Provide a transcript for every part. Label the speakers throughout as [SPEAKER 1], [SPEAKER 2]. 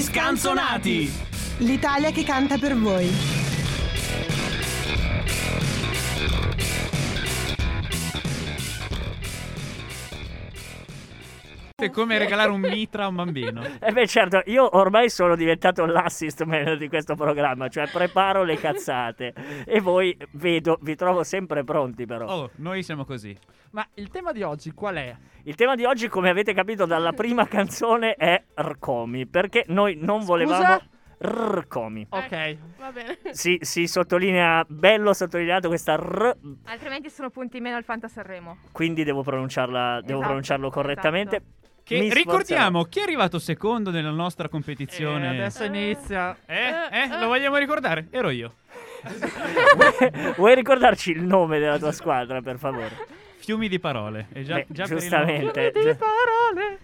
[SPEAKER 1] scanzonati!
[SPEAKER 2] L'Italia che canta per voi.
[SPEAKER 3] È come regalare un mitra a un bambino.
[SPEAKER 4] E beh, certo, io ormai sono diventato l'assist man di questo programma, cioè preparo le cazzate. E voi vedo, vi trovo sempre pronti, però.
[SPEAKER 3] Oh, noi siamo così.
[SPEAKER 5] Ma il tema di oggi qual è?
[SPEAKER 4] Il tema di oggi, come avete capito dalla prima canzone, è Rcomi, perché noi non volevamo Rcomi.
[SPEAKER 5] Ok.
[SPEAKER 6] Va bene.
[SPEAKER 4] Si, si sottolinea, bello sottolineato questa R,
[SPEAKER 6] Altrimenti sono punti in meno al Fanta Sanremo.
[SPEAKER 4] quindi devo, pronunciarla, devo
[SPEAKER 6] Esatto,
[SPEAKER 4] pronunciarlo correttamente.
[SPEAKER 3] Che
[SPEAKER 4] Mi sforzerò.
[SPEAKER 3] ricordiamo chi è arrivato secondo nella nostra
[SPEAKER 5] Eh,
[SPEAKER 3] competizione.
[SPEAKER 5] adesso inizia.
[SPEAKER 3] Eh, eh, lo vogliamo ricordare? Ero io.
[SPEAKER 6] Eh.
[SPEAKER 4] Vuoi ricordarci il nome della tua squadra, per favore?
[SPEAKER 3] Fiumi di parole. E già,
[SPEAKER 4] Beh,
[SPEAKER 3] già per il
[SPEAKER 4] giustamente.
[SPEAKER 5] Di parole.
[SPEAKER 3] nome-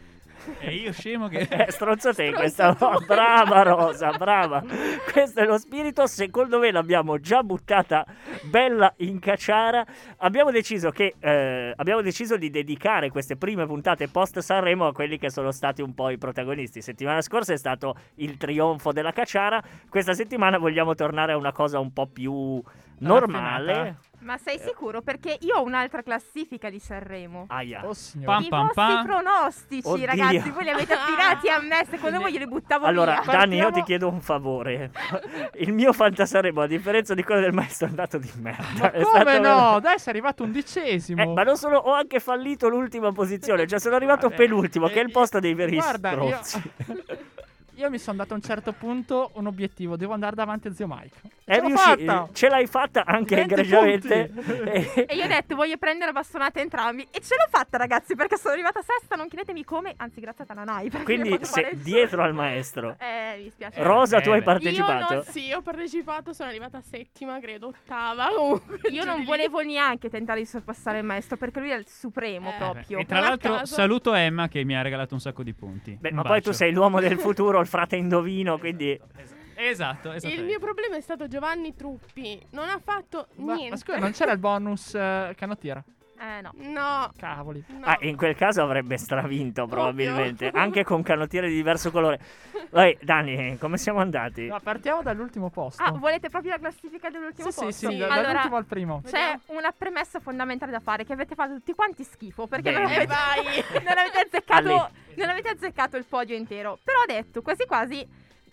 [SPEAKER 3] E io scemo che.
[SPEAKER 4] Eh, stronzo te questa volta. Brava Rosa, brava. Questo è lo spirito. Secondo me l'abbiamo già buttata bella in cacciara. Abbiamo deciso, che, eh, abbiamo deciso di dedicare queste prime puntate post Sanremo a quelli che sono stati un po' i protagonisti. Settimana scorsa è stato il trionfo della cacciara. Questa settimana vogliamo tornare a una cosa un po' più normale.
[SPEAKER 3] Raffinata.
[SPEAKER 6] Ma sei sicuro? Perché io ho un'altro un'altra classifica di Sanremo.
[SPEAKER 4] Aia.
[SPEAKER 5] Oh signore.
[SPEAKER 3] Pam.
[SPEAKER 6] I vostri pronostici,
[SPEAKER 4] Oddio.
[SPEAKER 6] ragazzi, voi li avete affidati a me, secondo voi io li buttavo
[SPEAKER 4] Allora,
[SPEAKER 6] via.
[SPEAKER 4] Dani, io ti chiedo un favore. Il mio fantasaremo, a differenza di quello del maestro, è andato di merda.
[SPEAKER 5] Ma
[SPEAKER 4] È stato
[SPEAKER 5] come no?
[SPEAKER 4] veramente-
[SPEAKER 5] Dai, sei arrivato
[SPEAKER 4] Eh,
[SPEAKER 5] undicesimo.
[SPEAKER 4] ma non sono, ho anche fallito l'ultima posizione, cioè sono arrivato
[SPEAKER 5] Vabbè,
[SPEAKER 4] penultimo, che è il
[SPEAKER 5] eh,
[SPEAKER 4] posto dei veri
[SPEAKER 5] guarda, io-
[SPEAKER 4] strozzi.
[SPEAKER 5] Io mi sono dato a un certo punto un obiettivo. Devo andare davanti a zio Mike.
[SPEAKER 4] È
[SPEAKER 5] l'ho
[SPEAKER 4] riusci-
[SPEAKER 5] fatta!
[SPEAKER 4] Eh, ce l'hai fatta anche
[SPEAKER 5] 20
[SPEAKER 4] egregiamente. Eh,
[SPEAKER 5] punti.
[SPEAKER 6] E io ho detto, voglio prendere a bastonate entrambi. E ce l'ho fatta, ragazzi, perché sono arrivata sesta. Non chiedetemi come, anzi, grazie a Tananai. perché le
[SPEAKER 4] Quindi,
[SPEAKER 6] posso fare
[SPEAKER 4] se
[SPEAKER 6] il-
[SPEAKER 4] dietro al maestro,
[SPEAKER 6] Eh, mi spiace.
[SPEAKER 4] Rosa, tu
[SPEAKER 3] eh,
[SPEAKER 4] hai
[SPEAKER 3] beh.
[SPEAKER 4] partecipato.
[SPEAKER 7] Io non, sì, ho partecipato, sono arrivata settima, credo, ottava. comunque,
[SPEAKER 6] Io
[SPEAKER 7] giù di
[SPEAKER 6] non
[SPEAKER 7] lì.
[SPEAKER 6] volevo neanche tentare di sorpassare il maestro perché lui è il supremo
[SPEAKER 7] Eh,
[SPEAKER 6] proprio.
[SPEAKER 3] E tra
[SPEAKER 7] non a
[SPEAKER 3] l'altro
[SPEAKER 7] caso.
[SPEAKER 3] saluto Emma che mi ha regalato un sacco di punti.
[SPEAKER 4] Beh,
[SPEAKER 3] Un
[SPEAKER 4] ma poi tu
[SPEAKER 3] bacio.
[SPEAKER 4] sei l'uomo del futuro, il frate indovino, quindi...
[SPEAKER 3] Esatto, esatto.
[SPEAKER 7] Il mio problema è stato Giovanni Truppi. Non ha fatto
[SPEAKER 5] Ma,
[SPEAKER 7] niente.
[SPEAKER 5] ma scusa, non c'era il bonus eh, canottiera?
[SPEAKER 6] Eh no.
[SPEAKER 7] No.
[SPEAKER 5] Cavoli.
[SPEAKER 7] no.
[SPEAKER 4] Ah, in quel caso avrebbe stravinto probabilmente,
[SPEAKER 7] Proprio.
[SPEAKER 4] anche con canottiere di diverso colore. Vai, Dani, come siamo andati?
[SPEAKER 5] No, partiamo dall'ultimo posto.
[SPEAKER 6] Ah, volete proprio la classifica dell'ultimo
[SPEAKER 5] Oh. sì, sì,
[SPEAKER 6] posto?
[SPEAKER 5] sì, da-
[SPEAKER 6] Allora,
[SPEAKER 5] dall'ultimo al primo.
[SPEAKER 6] c'è una premessa fondamentale da fare che avete fatto tutti quanti schifo perché
[SPEAKER 4] Bene.
[SPEAKER 6] non
[SPEAKER 7] E
[SPEAKER 6] avete,
[SPEAKER 7] Eh, vai. Eh,
[SPEAKER 6] non avete azzeccato,
[SPEAKER 4] Ale.
[SPEAKER 6] non avete azzeccato il podio intero. Però ho detto, quasi quasi,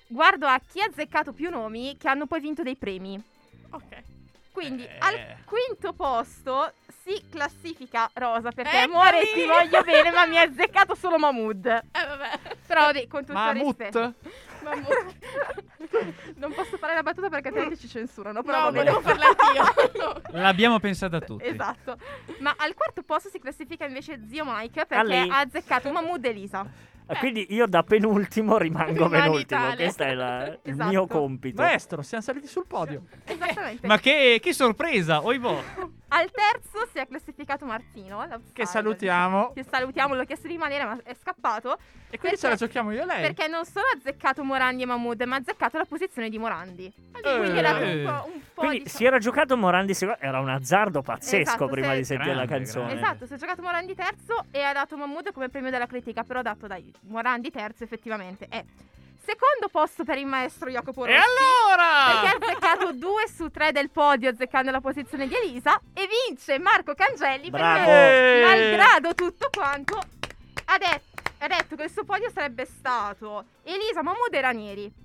[SPEAKER 6] guardo a chi ha azzeccato più nomi che hanno poi vinto dei premi.
[SPEAKER 7] ok.
[SPEAKER 6] Quindi
[SPEAKER 3] Eh.
[SPEAKER 6] al quinto posto si classifica Rosa
[SPEAKER 5] Eh,
[SPEAKER 6] perché
[SPEAKER 7] Eccomi!
[SPEAKER 6] amore ti voglio bene ma mi ha azzeccato solo Mahmood.
[SPEAKER 7] Eh, vabbè.
[SPEAKER 6] Però vabbè, con tutto
[SPEAKER 5] Ma
[SPEAKER 6] il rispetto.
[SPEAKER 5] Mut,
[SPEAKER 7] Mamma.
[SPEAKER 6] non posso fare la battuta perché altrimenti ci censurano. Però
[SPEAKER 7] No,
[SPEAKER 6] va bene.
[SPEAKER 7] volevo farla io.
[SPEAKER 3] L'abbiamo pensata tutti.
[SPEAKER 6] Esatto. Ma al quarto posto si classifica invece zio Mike perché
[SPEAKER 4] Ali.
[SPEAKER 6] ha azzeccato Mahmood e Lisa.
[SPEAKER 4] Ah, Quindi io da penultimo rimango
[SPEAKER 7] Rimani
[SPEAKER 4] penultimo,
[SPEAKER 7] tale.
[SPEAKER 4] questo è la- il
[SPEAKER 6] Esatto.
[SPEAKER 4] mio compito.
[SPEAKER 5] maestro, siamo saliti sul podio.
[SPEAKER 6] Esattamente.
[SPEAKER 3] Ma che, che sorpresa, oibò.
[SPEAKER 6] Al terzo si è classificato Martino. l'outsider.
[SPEAKER 5] Che salutiamo.
[SPEAKER 6] Che salutiamo, l'ho chiesto di rimanere ma è scappato.
[SPEAKER 5] E quindi ce la giochiamo io e
[SPEAKER 3] Eh.
[SPEAKER 5] lei.
[SPEAKER 6] Perché non solo ha azzeccato Morandi e Mahmood, ma ha azzeccato la posizione di Morandi. Quindi
[SPEAKER 3] Eh.
[SPEAKER 6] era un po', un po'
[SPEAKER 4] Quindi
[SPEAKER 6] diciamo-
[SPEAKER 4] si era giocato Morandi secondo, era un azzardo pazzesco
[SPEAKER 6] Esatto,
[SPEAKER 4] prima
[SPEAKER 6] se-
[SPEAKER 4] di sentire la
[SPEAKER 3] Grande,
[SPEAKER 4] canzone.
[SPEAKER 3] grande.
[SPEAKER 6] Esatto, si è giocato Morandi terzo e ha dato Mahmood come premio della critica, però ha dato dai Morandi terzo effettivamente. È secondo posto per il maestro Jacopo
[SPEAKER 3] E
[SPEAKER 6] Rossi.
[SPEAKER 3] allora?
[SPEAKER 6] Perché ha azzeccato 2 su 3 del podio, azzeccando la posizione di Elisa. E vince Marco Cangelli
[SPEAKER 4] Bravo.
[SPEAKER 6] perché,
[SPEAKER 5] Eh.
[SPEAKER 6] malgrado tutto quanto, ha detto, ha detto che il suo podio sarebbe stato Elisa, Mahmood e Ranieri.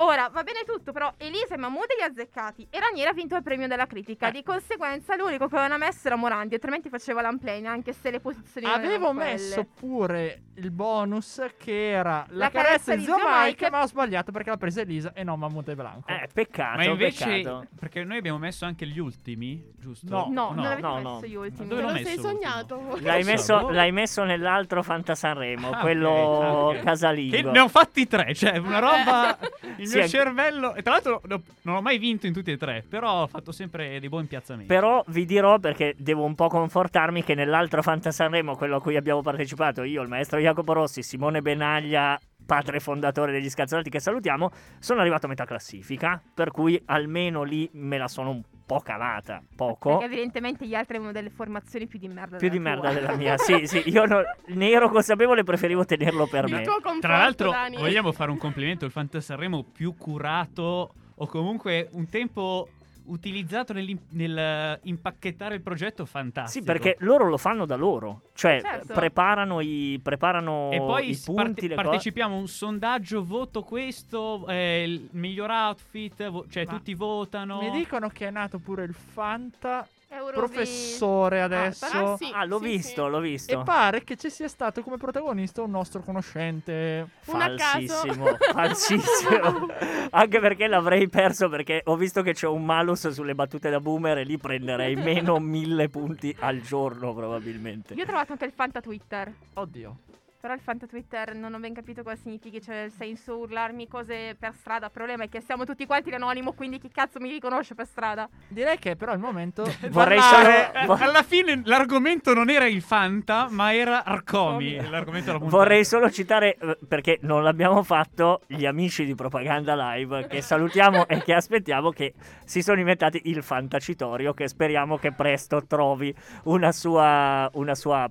[SPEAKER 6] Ora, va bene tutto, però Elisa e Mahmood li ha azzeccati e Ranieri ha vinto il premio della critica. Di conseguenza l'unico che aveva messo era Morandi, altrimenti faceva l'amplane, anche se le posizioni non
[SPEAKER 5] Avevo
[SPEAKER 6] erano quelle.
[SPEAKER 5] messo pure il bonus che era la,
[SPEAKER 6] La
[SPEAKER 5] carezza
[SPEAKER 6] carezza
[SPEAKER 5] di zio Mike,
[SPEAKER 6] Mike,
[SPEAKER 5] ma ho sbagliato perché l'ha presa Elisa e non Mammut e Blanco.
[SPEAKER 4] Eh, peccato,
[SPEAKER 3] Ma invece,
[SPEAKER 4] peccato.
[SPEAKER 3] perché noi abbiamo messo anche gli ultimi, giusto?
[SPEAKER 5] No.
[SPEAKER 6] No, non avete
[SPEAKER 4] no, no.
[SPEAKER 6] messo gli ultimi.
[SPEAKER 3] Dove
[SPEAKER 7] Te
[SPEAKER 3] l'ho
[SPEAKER 7] lo
[SPEAKER 3] messo
[SPEAKER 7] sei
[SPEAKER 3] l'ultimo?
[SPEAKER 7] sognato.
[SPEAKER 4] L'hai
[SPEAKER 3] Lo so, boh.
[SPEAKER 4] messo, l'hai messo nell'altro Fantasanremo,
[SPEAKER 3] Ah,
[SPEAKER 4] quello
[SPEAKER 3] ok, ok. Che
[SPEAKER 4] casalingo.
[SPEAKER 3] ne ho fatti tre, cioè
[SPEAKER 5] Eh.
[SPEAKER 3] una roba. Il
[SPEAKER 4] Sì,
[SPEAKER 3] mio
[SPEAKER 4] anche-
[SPEAKER 3] cervello. E tra l'altro ne ho- non ho mai vinto in tutti e tre, però ho fatto sempre dei buoni piazzamenti.
[SPEAKER 4] Però vi dirò perché devo un po' confortarmi che nell'altro Fantasanremo, quello a cui abbiamo partecipato io, il maestro Jacopo Rossi, Simone Benaglia, padre fondatore degli Scazzolati che salutiamo, sono arrivato a metà classifica, per cui almeno lì me la sono un po' cavata, poco.
[SPEAKER 6] Perché evidentemente gli altri avevano delle formazioni più di merda.
[SPEAKER 4] Più di
[SPEAKER 6] della
[SPEAKER 4] merda
[SPEAKER 6] tua.
[SPEAKER 4] della mia, sì, sì. Io no- ne ero consapevole, preferivo tenerlo per
[SPEAKER 7] Il
[SPEAKER 4] me.
[SPEAKER 7] tuo conforto,
[SPEAKER 3] Tra l'altro,
[SPEAKER 7] Dani.
[SPEAKER 3] vogliamo fare un complimento al Fantasarremo più curato o comunque un tempo utilizzato nell'im- nel eh, impacchettare il progetto fantastico.
[SPEAKER 4] Sì, perché loro lo fanno da loro, cioè
[SPEAKER 6] Certo.
[SPEAKER 4] preparano i, preparano
[SPEAKER 3] E poi
[SPEAKER 4] oh, i
[SPEAKER 3] si parte-
[SPEAKER 4] punti, le cose.
[SPEAKER 3] partecipiamo a un sondaggio, voto questo, eh, il miglior outfit, vo- cioè
[SPEAKER 5] Ma
[SPEAKER 3] tutti votano.
[SPEAKER 5] Mi dicono che è nato pure il Fanta
[SPEAKER 6] Eurovi-
[SPEAKER 5] professore adesso.
[SPEAKER 7] Ah, sì,
[SPEAKER 4] Ah, l'ho
[SPEAKER 7] sì,
[SPEAKER 4] visto, l'ho visto.
[SPEAKER 5] E pare che ci sia stato come protagonista un nostro conoscente.
[SPEAKER 7] Un a caso.
[SPEAKER 4] Falsissimo, falsissimo. Anche perché l'avrei perso perché ho visto che c'è un malus sulle battute da boomer e lì prenderei meno mille punti al giorno probabilmente.
[SPEAKER 6] Io ho trovato anche il Fanta Twitter.
[SPEAKER 5] Oddio.
[SPEAKER 6] Però il Fanta Twitter non ho ben capito cosa significhi. Cioè, nel senso, urlarmi cose per strada. Il problema è che siamo tutti quanti in anonimo, quindi chi cazzo mi riconosce per strada?
[SPEAKER 5] Direi che però è il momento di
[SPEAKER 4] Vorrei
[SPEAKER 5] parlare-
[SPEAKER 3] Eh, Alla fine l'argomento non era il Fanta, ma era Arcomi. L'argomento della puntata.
[SPEAKER 4] Vorrei solo citare, eh, perché non l'abbiamo fatto, gli amici di Propaganda Live che salutiamo e che aspettiamo che si sono inventati il fantacitorio che speriamo che presto trovi una sua, una sua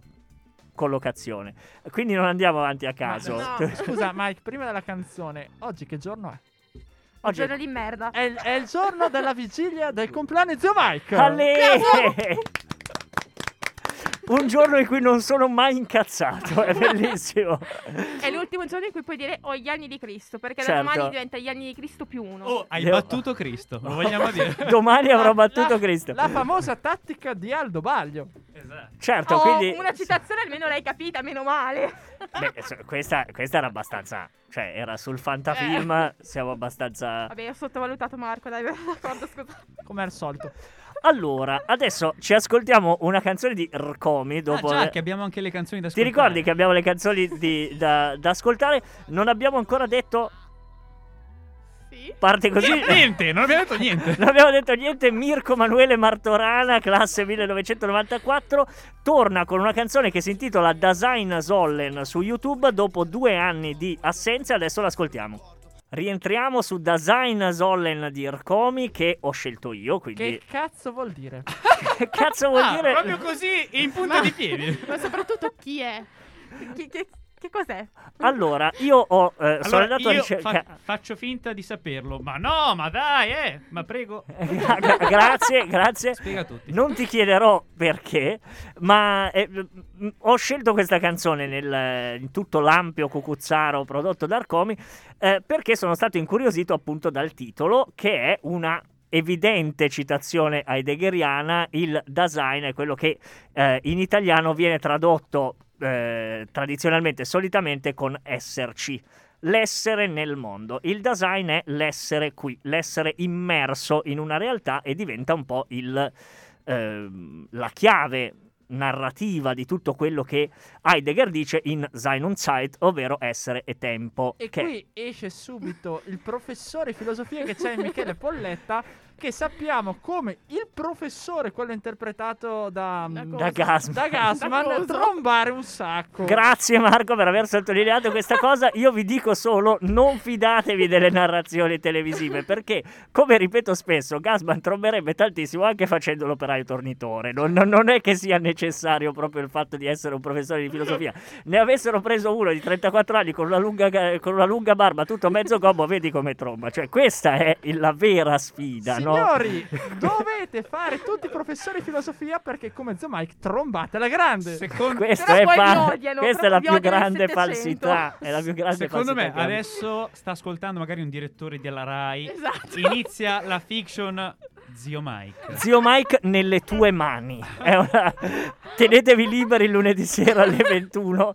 [SPEAKER 4] collocazione. Quindi non andiamo avanti a caso.
[SPEAKER 7] no.
[SPEAKER 5] Scusa Mike, prima della canzone, oggi che giorno è?
[SPEAKER 6] Un
[SPEAKER 4] Oggi Eh, è-
[SPEAKER 6] giorno di merda.
[SPEAKER 5] È, il- è il giorno della vigilia del compleanno di zio Mike.
[SPEAKER 4] Ecco. Ale! Un giorno in cui non sono mai incazzato, è bellissimo.
[SPEAKER 6] È l'ultimo giorno in cui puoi dire ho gli anni di Cristo. Perché
[SPEAKER 4] Certo.
[SPEAKER 6] da domani diventa gli anni di Cristo più uno.
[SPEAKER 3] Oh, hai
[SPEAKER 4] Leo-
[SPEAKER 3] battuto Cristo, lo vogliamo dire.
[SPEAKER 4] Domani avrò battuto
[SPEAKER 5] La-
[SPEAKER 4] Cristo.
[SPEAKER 5] La famosa tattica di Aldo Baglio.
[SPEAKER 3] Esatto.
[SPEAKER 4] Certo,
[SPEAKER 6] Oh,
[SPEAKER 4] quindi...
[SPEAKER 6] una citazione almeno l'hai capita, meno male.
[SPEAKER 4] Beh, so- questa, questa era abbastanza. Cioè, era sul fantafilm.
[SPEAKER 5] Eh.
[SPEAKER 4] Siamo abbastanza.
[SPEAKER 6] Vabbè, ho sottovalutato Marco, dai, d'accordo, scusa.
[SPEAKER 5] Come al solito.
[SPEAKER 4] Allora, adesso ci ascoltiamo una canzone di Rcomi.
[SPEAKER 3] Ah,
[SPEAKER 4] Dopo.
[SPEAKER 3] già, che abbiamo anche le canzoni da
[SPEAKER 4] Ti
[SPEAKER 3] ascoltare.
[SPEAKER 4] ricordi che abbiamo le canzoni di- da, da ascoltare? Non abbiamo ancora detto.
[SPEAKER 7] Sì.
[SPEAKER 4] Parte così.
[SPEAKER 3] Niente, niente, non abbiamo detto niente.
[SPEAKER 4] Non abbiamo detto niente, Mirko Manuele Martorana, classe 1994, torna con una canzone che si intitola Dasein Sollen su YouTube dopo due anni di assenza, adesso l'ascoltiamo. Rientriamo su Dasein Sollen di Ircomi che ho scelto io, quindi
[SPEAKER 5] Che cazzo vuol dire?
[SPEAKER 4] che cazzo vuol
[SPEAKER 3] Ah,
[SPEAKER 4] dire?
[SPEAKER 3] Proprio così, in punta di piedi.
[SPEAKER 7] Ma soprattutto chi è?
[SPEAKER 6] Che, che- che cos'è?
[SPEAKER 4] Allora, io ho, eh,
[SPEAKER 3] Allora,
[SPEAKER 4] sono andato a
[SPEAKER 3] io
[SPEAKER 4] ricercare...
[SPEAKER 3] fa- faccio finta di saperlo. Ma no, ma dai, eh. Ma prego,
[SPEAKER 4] grazie, grazie.
[SPEAKER 3] spiega a tutti.
[SPEAKER 4] Non ti chiederò perché, ma eh, m- ho scelto questa canzone nel, in tutto l'ampio cucuzzaro prodotto da Arcomi eh, perché sono stato incuriosito appunto dal titolo che è una evidente citazione heideggeriana, il Dasein è quello che eh, in italiano viene tradotto eh, tradizionalmente, solitamente con esserci. L'essere nel mondo. Il Dasein è l'essere qui, l'essere immerso in una realtà e diventa un po' il, ehm, la chiave narrativa di tutto quello che Heidegger dice in Sein und Zeit, ovvero essere e tempo.
[SPEAKER 5] E
[SPEAKER 4] che-
[SPEAKER 5] qui esce subito il professore di filosofia che c'è in Michele Polletta, che sappiamo come il professore, quello interpretato da, mm,
[SPEAKER 7] Da
[SPEAKER 5] da,
[SPEAKER 7] cosa?
[SPEAKER 4] da Gasman.
[SPEAKER 5] Gassman,
[SPEAKER 7] Da cosa?
[SPEAKER 5] trombare un sacco.
[SPEAKER 4] Grazie Marco per aver sottolineato questa cosa. Io vi dico solo: non fidatevi delle narrazioni televisive perché, come ripeto spesso, Gasman tromberebbe tantissimo anche facendo l'operaio tornitore. Non, non- non è che sia necessario proprio il fatto di essere un professore di filosofia. Ne avessero preso uno di 34 anni con una lunga, ga- con una lunga barba, tutto mezzo gobbo, vedi come tromba. Cioè, questa è la vera sfida, no?
[SPEAKER 5] Signori, dovete fare tutti i professori di filosofia perché come zio Mike trombate la grande.
[SPEAKER 3] Secondo,
[SPEAKER 4] Questa
[SPEAKER 6] Però
[SPEAKER 4] è,
[SPEAKER 6] poi
[SPEAKER 4] fa-
[SPEAKER 6] mi odiano,
[SPEAKER 4] questa è la
[SPEAKER 6] proprio
[SPEAKER 4] più
[SPEAKER 6] mi odiano il
[SPEAKER 4] grande
[SPEAKER 6] 700.
[SPEAKER 4] falsità. È la più grande
[SPEAKER 3] secondo
[SPEAKER 4] falsità
[SPEAKER 3] me
[SPEAKER 4] che abbia.
[SPEAKER 3] adesso sta ascoltando magari un direttore della Rai.
[SPEAKER 7] Esatto.
[SPEAKER 3] Inizia la fiction Zio Mike.
[SPEAKER 4] Zio Mike nelle tue mani. È una- Tenetevi liberi il lunedì sera alle 21.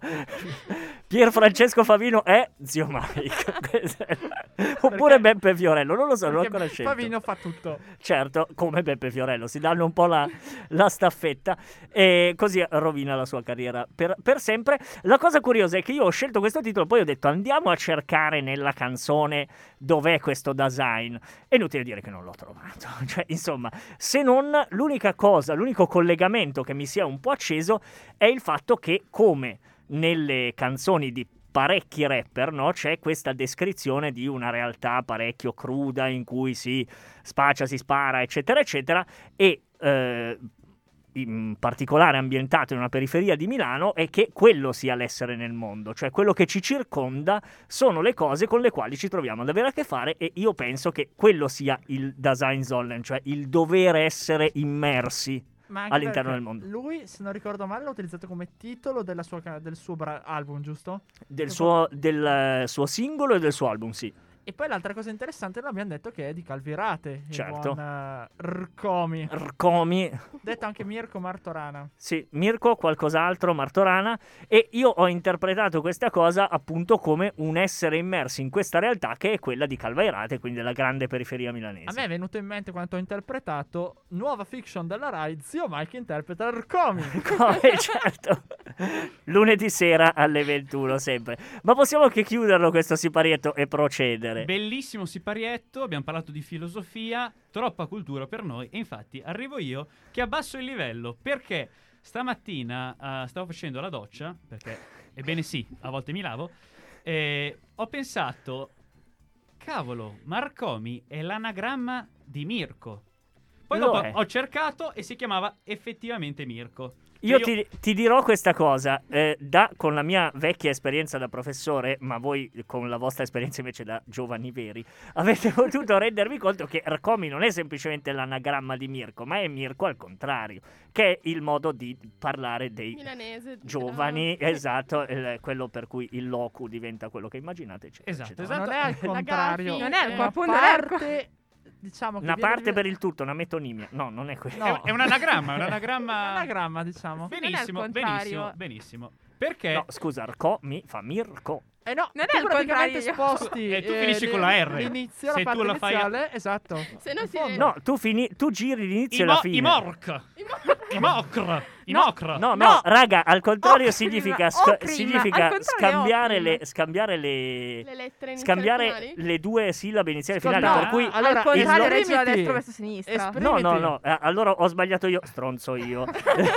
[SPEAKER 4] Pier Francesco Favino è zio Mike. Questa è la- Oppure Beppe Fiorello, non lo so, non ho
[SPEAKER 5] Perché
[SPEAKER 4] ancora scelto.
[SPEAKER 5] Favino fa tutto.
[SPEAKER 4] Certo, come Beppe Fiorello, si danno un po' la, la staffetta e così rovina la sua carriera per, per sempre. La cosa curiosa è che io ho scelto questo titolo, poi ho detto andiamo a cercare nella canzone dov'è questo design. È inutile dire che non l'ho trovato. Cioè, insomma, se non l'unica cosa, l'unico collegamento che mi sia un po' acceso è il fatto che come nelle canzoni di parecchi rapper, no? C'è questa descrizione di una realtà parecchio cruda in cui si spaccia, si spara, eccetera, eccetera, e eh, in particolare ambientato in una periferia di Milano, è che quello sia l'essere nel mondo, cioè quello che ci circonda sono le cose con le quali ci troviamo ad avere a che fare e io penso che quello sia il Dasein sollen, cioè il dover essere immersi.
[SPEAKER 5] Ma anche
[SPEAKER 4] all'interno
[SPEAKER 5] perché
[SPEAKER 4] del mondo.
[SPEAKER 5] Lui, se non ricordo male, l'ha utilizzato come titolo della sua ca- del suo bra- album, giusto?
[SPEAKER 4] Del, suo, del eh, suo singolo e del suo album, sì.
[SPEAKER 5] E poi l'altra cosa interessante l'abbiamo detto che è di Calvirate. il
[SPEAKER 4] Certo.
[SPEAKER 5] buon, eh, Rcomi.
[SPEAKER 4] Rcomi,
[SPEAKER 5] Detto anche Mirko Martorana.
[SPEAKER 4] sì, Mirko, qualcos'altro, Martorana. E io ho interpretato questa cosa appunto come un essere immersi in questa realtà che è quella di Calvairate, quindi della grande periferia milanese.
[SPEAKER 5] A me è venuto in mente quando ho interpretato nuova fiction della Rai, zio Mike interpreta Rcomi.
[SPEAKER 4] Come, certo. Lunedì sera alle 21 sempre. Ma possiamo anche chiuderlo questo siparietto e procedere.
[SPEAKER 3] Bellissimo siparietto, abbiamo parlato di filosofia, troppa cultura per noi e infatti arrivo io che abbasso il livello perché stamattina eh, stavo facendo la doccia, perché ebbene sì, a volte mi lavo, e ho pensato, cavolo, Marcomi è l'anagramma di Mirko. Poi
[SPEAKER 4] Lo
[SPEAKER 3] dopo
[SPEAKER 4] è.
[SPEAKER 3] ho cercato e si chiamava effettivamente Mirko.
[SPEAKER 4] Io
[SPEAKER 3] Cioè,
[SPEAKER 4] ti, ti dirò questa cosa, eh, da- con la mia vecchia esperienza da professore, ma voi con la vostra esperienza invece da giovani veri, avete potuto rendervi conto che Ercomi non è semplicemente l'anagramma di Mirko, ma è Mirko al contrario, che è il modo di parlare dei
[SPEAKER 7] Milanese. di
[SPEAKER 4] giovani,
[SPEAKER 7] Milano.
[SPEAKER 4] esatto, il- quello per cui il locu diventa quello che immaginate, eccetera,
[SPEAKER 3] Esatto,
[SPEAKER 4] eccetera.
[SPEAKER 5] Ma Non è al contrario.
[SPEAKER 6] Non è il
[SPEAKER 7] Eh,
[SPEAKER 5] Una
[SPEAKER 6] corpo, non è il corpo.
[SPEAKER 5] parte, diciamo che
[SPEAKER 4] Una
[SPEAKER 5] viene-
[SPEAKER 4] parte per il tutto, una metonimia. No, non è quello.
[SPEAKER 5] No.
[SPEAKER 3] È, è un anagramma, è un anagramma...
[SPEAKER 5] Anagramma, diciamo.
[SPEAKER 6] non è il
[SPEAKER 3] Benissimo, benissimo,
[SPEAKER 6] contrario.
[SPEAKER 3] benissimo. Perché...
[SPEAKER 4] No, scusa, Arco mi fa Mirko.
[SPEAKER 5] Eh no,
[SPEAKER 6] Non
[SPEAKER 5] tu
[SPEAKER 6] è al
[SPEAKER 5] praticamente
[SPEAKER 6] contrario.
[SPEAKER 5] sposti. eh,
[SPEAKER 3] E tu finisci con la R.
[SPEAKER 5] L'inizio, la
[SPEAKER 3] Se
[SPEAKER 5] parte
[SPEAKER 3] tu la fai a-
[SPEAKER 5] iniziale, esatto.
[SPEAKER 4] Eh,
[SPEAKER 7] Se no si
[SPEAKER 5] In fondo.
[SPEAKER 4] No, tu, fini- tu giri l'inizio
[SPEAKER 3] I,
[SPEAKER 4] e la
[SPEAKER 3] mo-
[SPEAKER 4] fine.
[SPEAKER 3] I morc. I mocr. I mocr.
[SPEAKER 4] No, no,
[SPEAKER 6] No.
[SPEAKER 4] raga, al contrario
[SPEAKER 6] Ocrim,
[SPEAKER 4] significa, sc-
[SPEAKER 6] ocrim,
[SPEAKER 4] significa
[SPEAKER 6] al contrario
[SPEAKER 4] scambiare,
[SPEAKER 6] ocrim.
[SPEAKER 4] le, scambiare le-
[SPEAKER 7] Le lettere iniziali
[SPEAKER 4] scambiare
[SPEAKER 7] finali?
[SPEAKER 4] le due sillabe iniziali e
[SPEAKER 5] Scusa,
[SPEAKER 4] finali.
[SPEAKER 6] no.
[SPEAKER 4] Per cui.
[SPEAKER 5] Allora,
[SPEAKER 6] al contrario,
[SPEAKER 5] esprimiti.
[SPEAKER 6] reggi da destra verso sinistra.
[SPEAKER 5] Esprimiti.
[SPEAKER 4] No, no, no, eh, allora ho sbagliato io, stronzo io.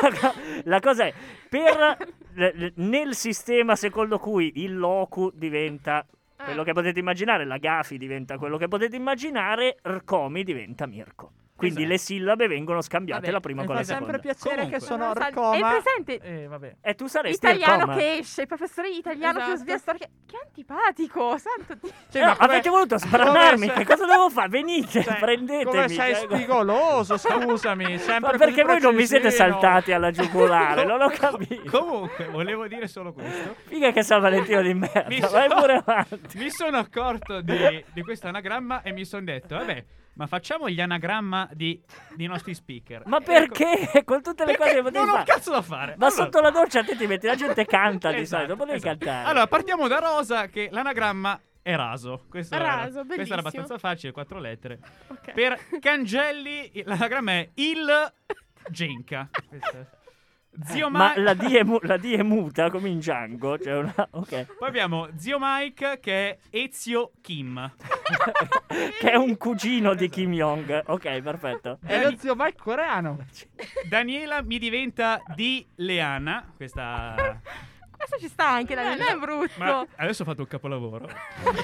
[SPEAKER 4] La cosa è, per, l- l- nel sistema secondo cui il locu diventa
[SPEAKER 7] Ah,
[SPEAKER 4] quello che potete immaginare, la Gafi diventa quello che potete immaginare, Rcomi diventa Mirko. Quindi
[SPEAKER 3] Esatto.
[SPEAKER 4] le sillabe vengono scambiate
[SPEAKER 5] Vabbè,
[SPEAKER 4] la prima
[SPEAKER 5] mi
[SPEAKER 4] con
[SPEAKER 5] fa
[SPEAKER 4] la
[SPEAKER 5] sempre
[SPEAKER 4] seconda.
[SPEAKER 5] piacere
[SPEAKER 3] Comunque.
[SPEAKER 5] che sono
[SPEAKER 6] Non lo so,
[SPEAKER 5] Arcoma.
[SPEAKER 6] è presente.
[SPEAKER 5] Eh, vabbè.
[SPEAKER 4] E tu saresti
[SPEAKER 6] Italiano
[SPEAKER 4] Rcoma.
[SPEAKER 6] che esce, il professore di italiano
[SPEAKER 7] Esatto.
[SPEAKER 6] che svia storia. Che, che antipatico, santo Dio.
[SPEAKER 5] Cioè,
[SPEAKER 4] Eh,
[SPEAKER 5] ma come-
[SPEAKER 4] avete voluto sbranarmi?
[SPEAKER 5] come
[SPEAKER 4] Che
[SPEAKER 5] se-
[SPEAKER 4] cosa devo fare? Venite,
[SPEAKER 5] cioè,
[SPEAKER 4] prendetemi.
[SPEAKER 5] Come sei
[SPEAKER 4] cioè,
[SPEAKER 5] spigoloso, scusami.
[SPEAKER 4] Ma
[SPEAKER 5] Sempre
[SPEAKER 4] perché
[SPEAKER 5] così
[SPEAKER 4] voi non mi siete
[SPEAKER 5] precisino.
[SPEAKER 4] saltati alla giugolare? non ho capito.
[SPEAKER 3] Comunque, volevo dire solo questo.
[SPEAKER 4] Figa che San Valentino di
[SPEAKER 3] Mi
[SPEAKER 4] merda.
[SPEAKER 3] so-
[SPEAKER 4] Ah, Vai pure avanti.
[SPEAKER 3] Mi sono accorto di, di questo anagramma e mi sono detto, vabbè, ma facciamo gli anagramma di, dei nostri speaker.
[SPEAKER 4] Ma
[SPEAKER 3] Ecco,
[SPEAKER 4] perché? Con tutte le
[SPEAKER 3] perché
[SPEAKER 4] cose che potevi
[SPEAKER 3] non ho un
[SPEAKER 4] fare.
[SPEAKER 3] cazzo da fare.
[SPEAKER 4] Ma
[SPEAKER 3] Allora-
[SPEAKER 4] sotto la doccia te ti metti, la gente canta di
[SPEAKER 3] Esatto,
[SPEAKER 4] solito, potevi
[SPEAKER 3] esatto.
[SPEAKER 4] cantare.
[SPEAKER 3] Allora, partiamo da Rosa, che l'anagramma è raso. Questo era-
[SPEAKER 7] Raso,
[SPEAKER 3] Questo era
[SPEAKER 7] bellissimo.
[SPEAKER 3] abbastanza facile, quattro lettere.
[SPEAKER 7] ok.
[SPEAKER 3] Per Cangelli, l'anagramma è il Genka.
[SPEAKER 5] Eh,
[SPEAKER 3] Questo è. Zio
[SPEAKER 4] Ma
[SPEAKER 3] Mike.
[SPEAKER 4] la D, è mu- la D è muta come in Django. Cioè una... ok.
[SPEAKER 3] Poi abbiamo zio Mike che è Ezio Kim.
[SPEAKER 4] che è un cugino di Kim Jong. Ok, perfetto.
[SPEAKER 5] È lo zio Mike coreano.
[SPEAKER 3] Daniela mi diventa di Leana. Questa.
[SPEAKER 6] Questo ci sta anche,
[SPEAKER 7] Eh,
[SPEAKER 6] dai, non è brutto.
[SPEAKER 3] Ma adesso ho fatto un capolavoro.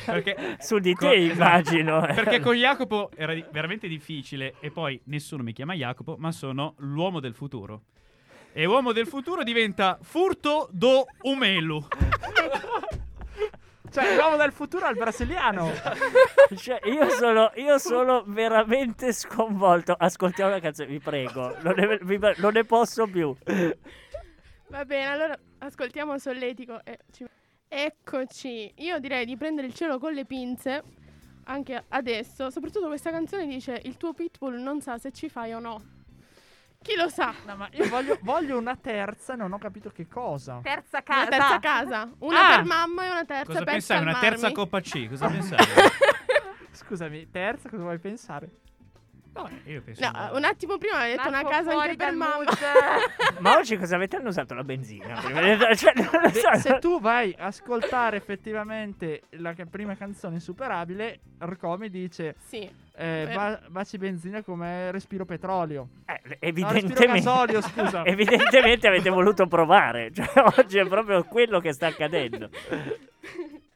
[SPEAKER 3] Perché.
[SPEAKER 4] Su di te
[SPEAKER 3] co- esatto.
[SPEAKER 4] immagino. eh.
[SPEAKER 3] Perché con Jacopo era di- veramente difficile e poi nessuno mi chiama Jacopo, ma sono l'uomo del futuro. E uomo del futuro diventa Furto do Umelu.
[SPEAKER 5] Cioè, l'uomo del futuro al brasiliano.
[SPEAKER 4] Cioè, io, sono, io sono veramente sconvolto. Ascoltiamo la canzone, vi prego. Non ne, vi- non ne posso più.
[SPEAKER 7] Va bene, allora ascoltiamo Solletico. e ci- Eccoci, io direi di prendere il cielo con le pinze, anche adesso. Soprattutto questa canzone dice il tuo pitbull non sa se ci fai o no. Chi lo sa?
[SPEAKER 5] No, ma io voglio, voglio una terza, non ho capito che cosa.
[SPEAKER 6] Terza
[SPEAKER 7] Una
[SPEAKER 6] casa.
[SPEAKER 7] terza casa, una
[SPEAKER 3] Ah!
[SPEAKER 7] per mamma e una terza
[SPEAKER 3] Cosa
[SPEAKER 7] per
[SPEAKER 3] pensai? Una terza
[SPEAKER 7] calmarmi.
[SPEAKER 3] Coppa C? Cosa pensai?
[SPEAKER 5] Scusami, terza, cosa vuoi pensare?
[SPEAKER 3] No, io penso.
[SPEAKER 7] No, un attimo prima hai detto
[SPEAKER 6] Marco
[SPEAKER 7] una casa
[SPEAKER 6] Ecco fuori
[SPEAKER 7] anche per
[SPEAKER 6] dal
[SPEAKER 7] mamma.
[SPEAKER 6] mood.
[SPEAKER 4] Ma oggi cosa avete? Hanno usato la benzina. prima? Cioè, non lo so.
[SPEAKER 5] Se, se tu vai a ascoltare effettivamente la ca- prima canzone insuperabile, Rcomi dice
[SPEAKER 7] Sì.
[SPEAKER 5] eh,
[SPEAKER 7] Eh.
[SPEAKER 5] ba- baci benzina come respiro petrolio.
[SPEAKER 4] Eh,
[SPEAKER 5] No, respiro
[SPEAKER 4] evidentemente.
[SPEAKER 5] gasolio, scusa.
[SPEAKER 7] cioè,
[SPEAKER 4] Evidentemente avete voluto provare. Cioè, oggi è proprio quello che sta accadendo.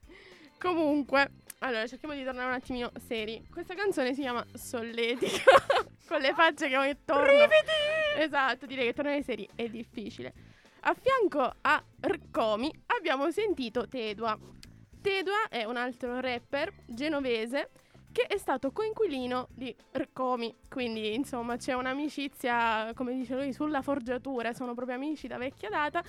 [SPEAKER 7] Comunque, allora cerchiamo di tornare un attimino seri. Questa canzone si chiama Solletica. con le facce che ogni torno. Esatto, direi che tornare seri è difficile. A fianco a Rcomi abbiamo sentito Tedua. Tedua è un altro rapper genovese che è stato coinquilino di Rcomi. Quindi, insomma, c'è un'amicizia, come dice lui, sulla forgiatura. Sono proprio amici da vecchia data.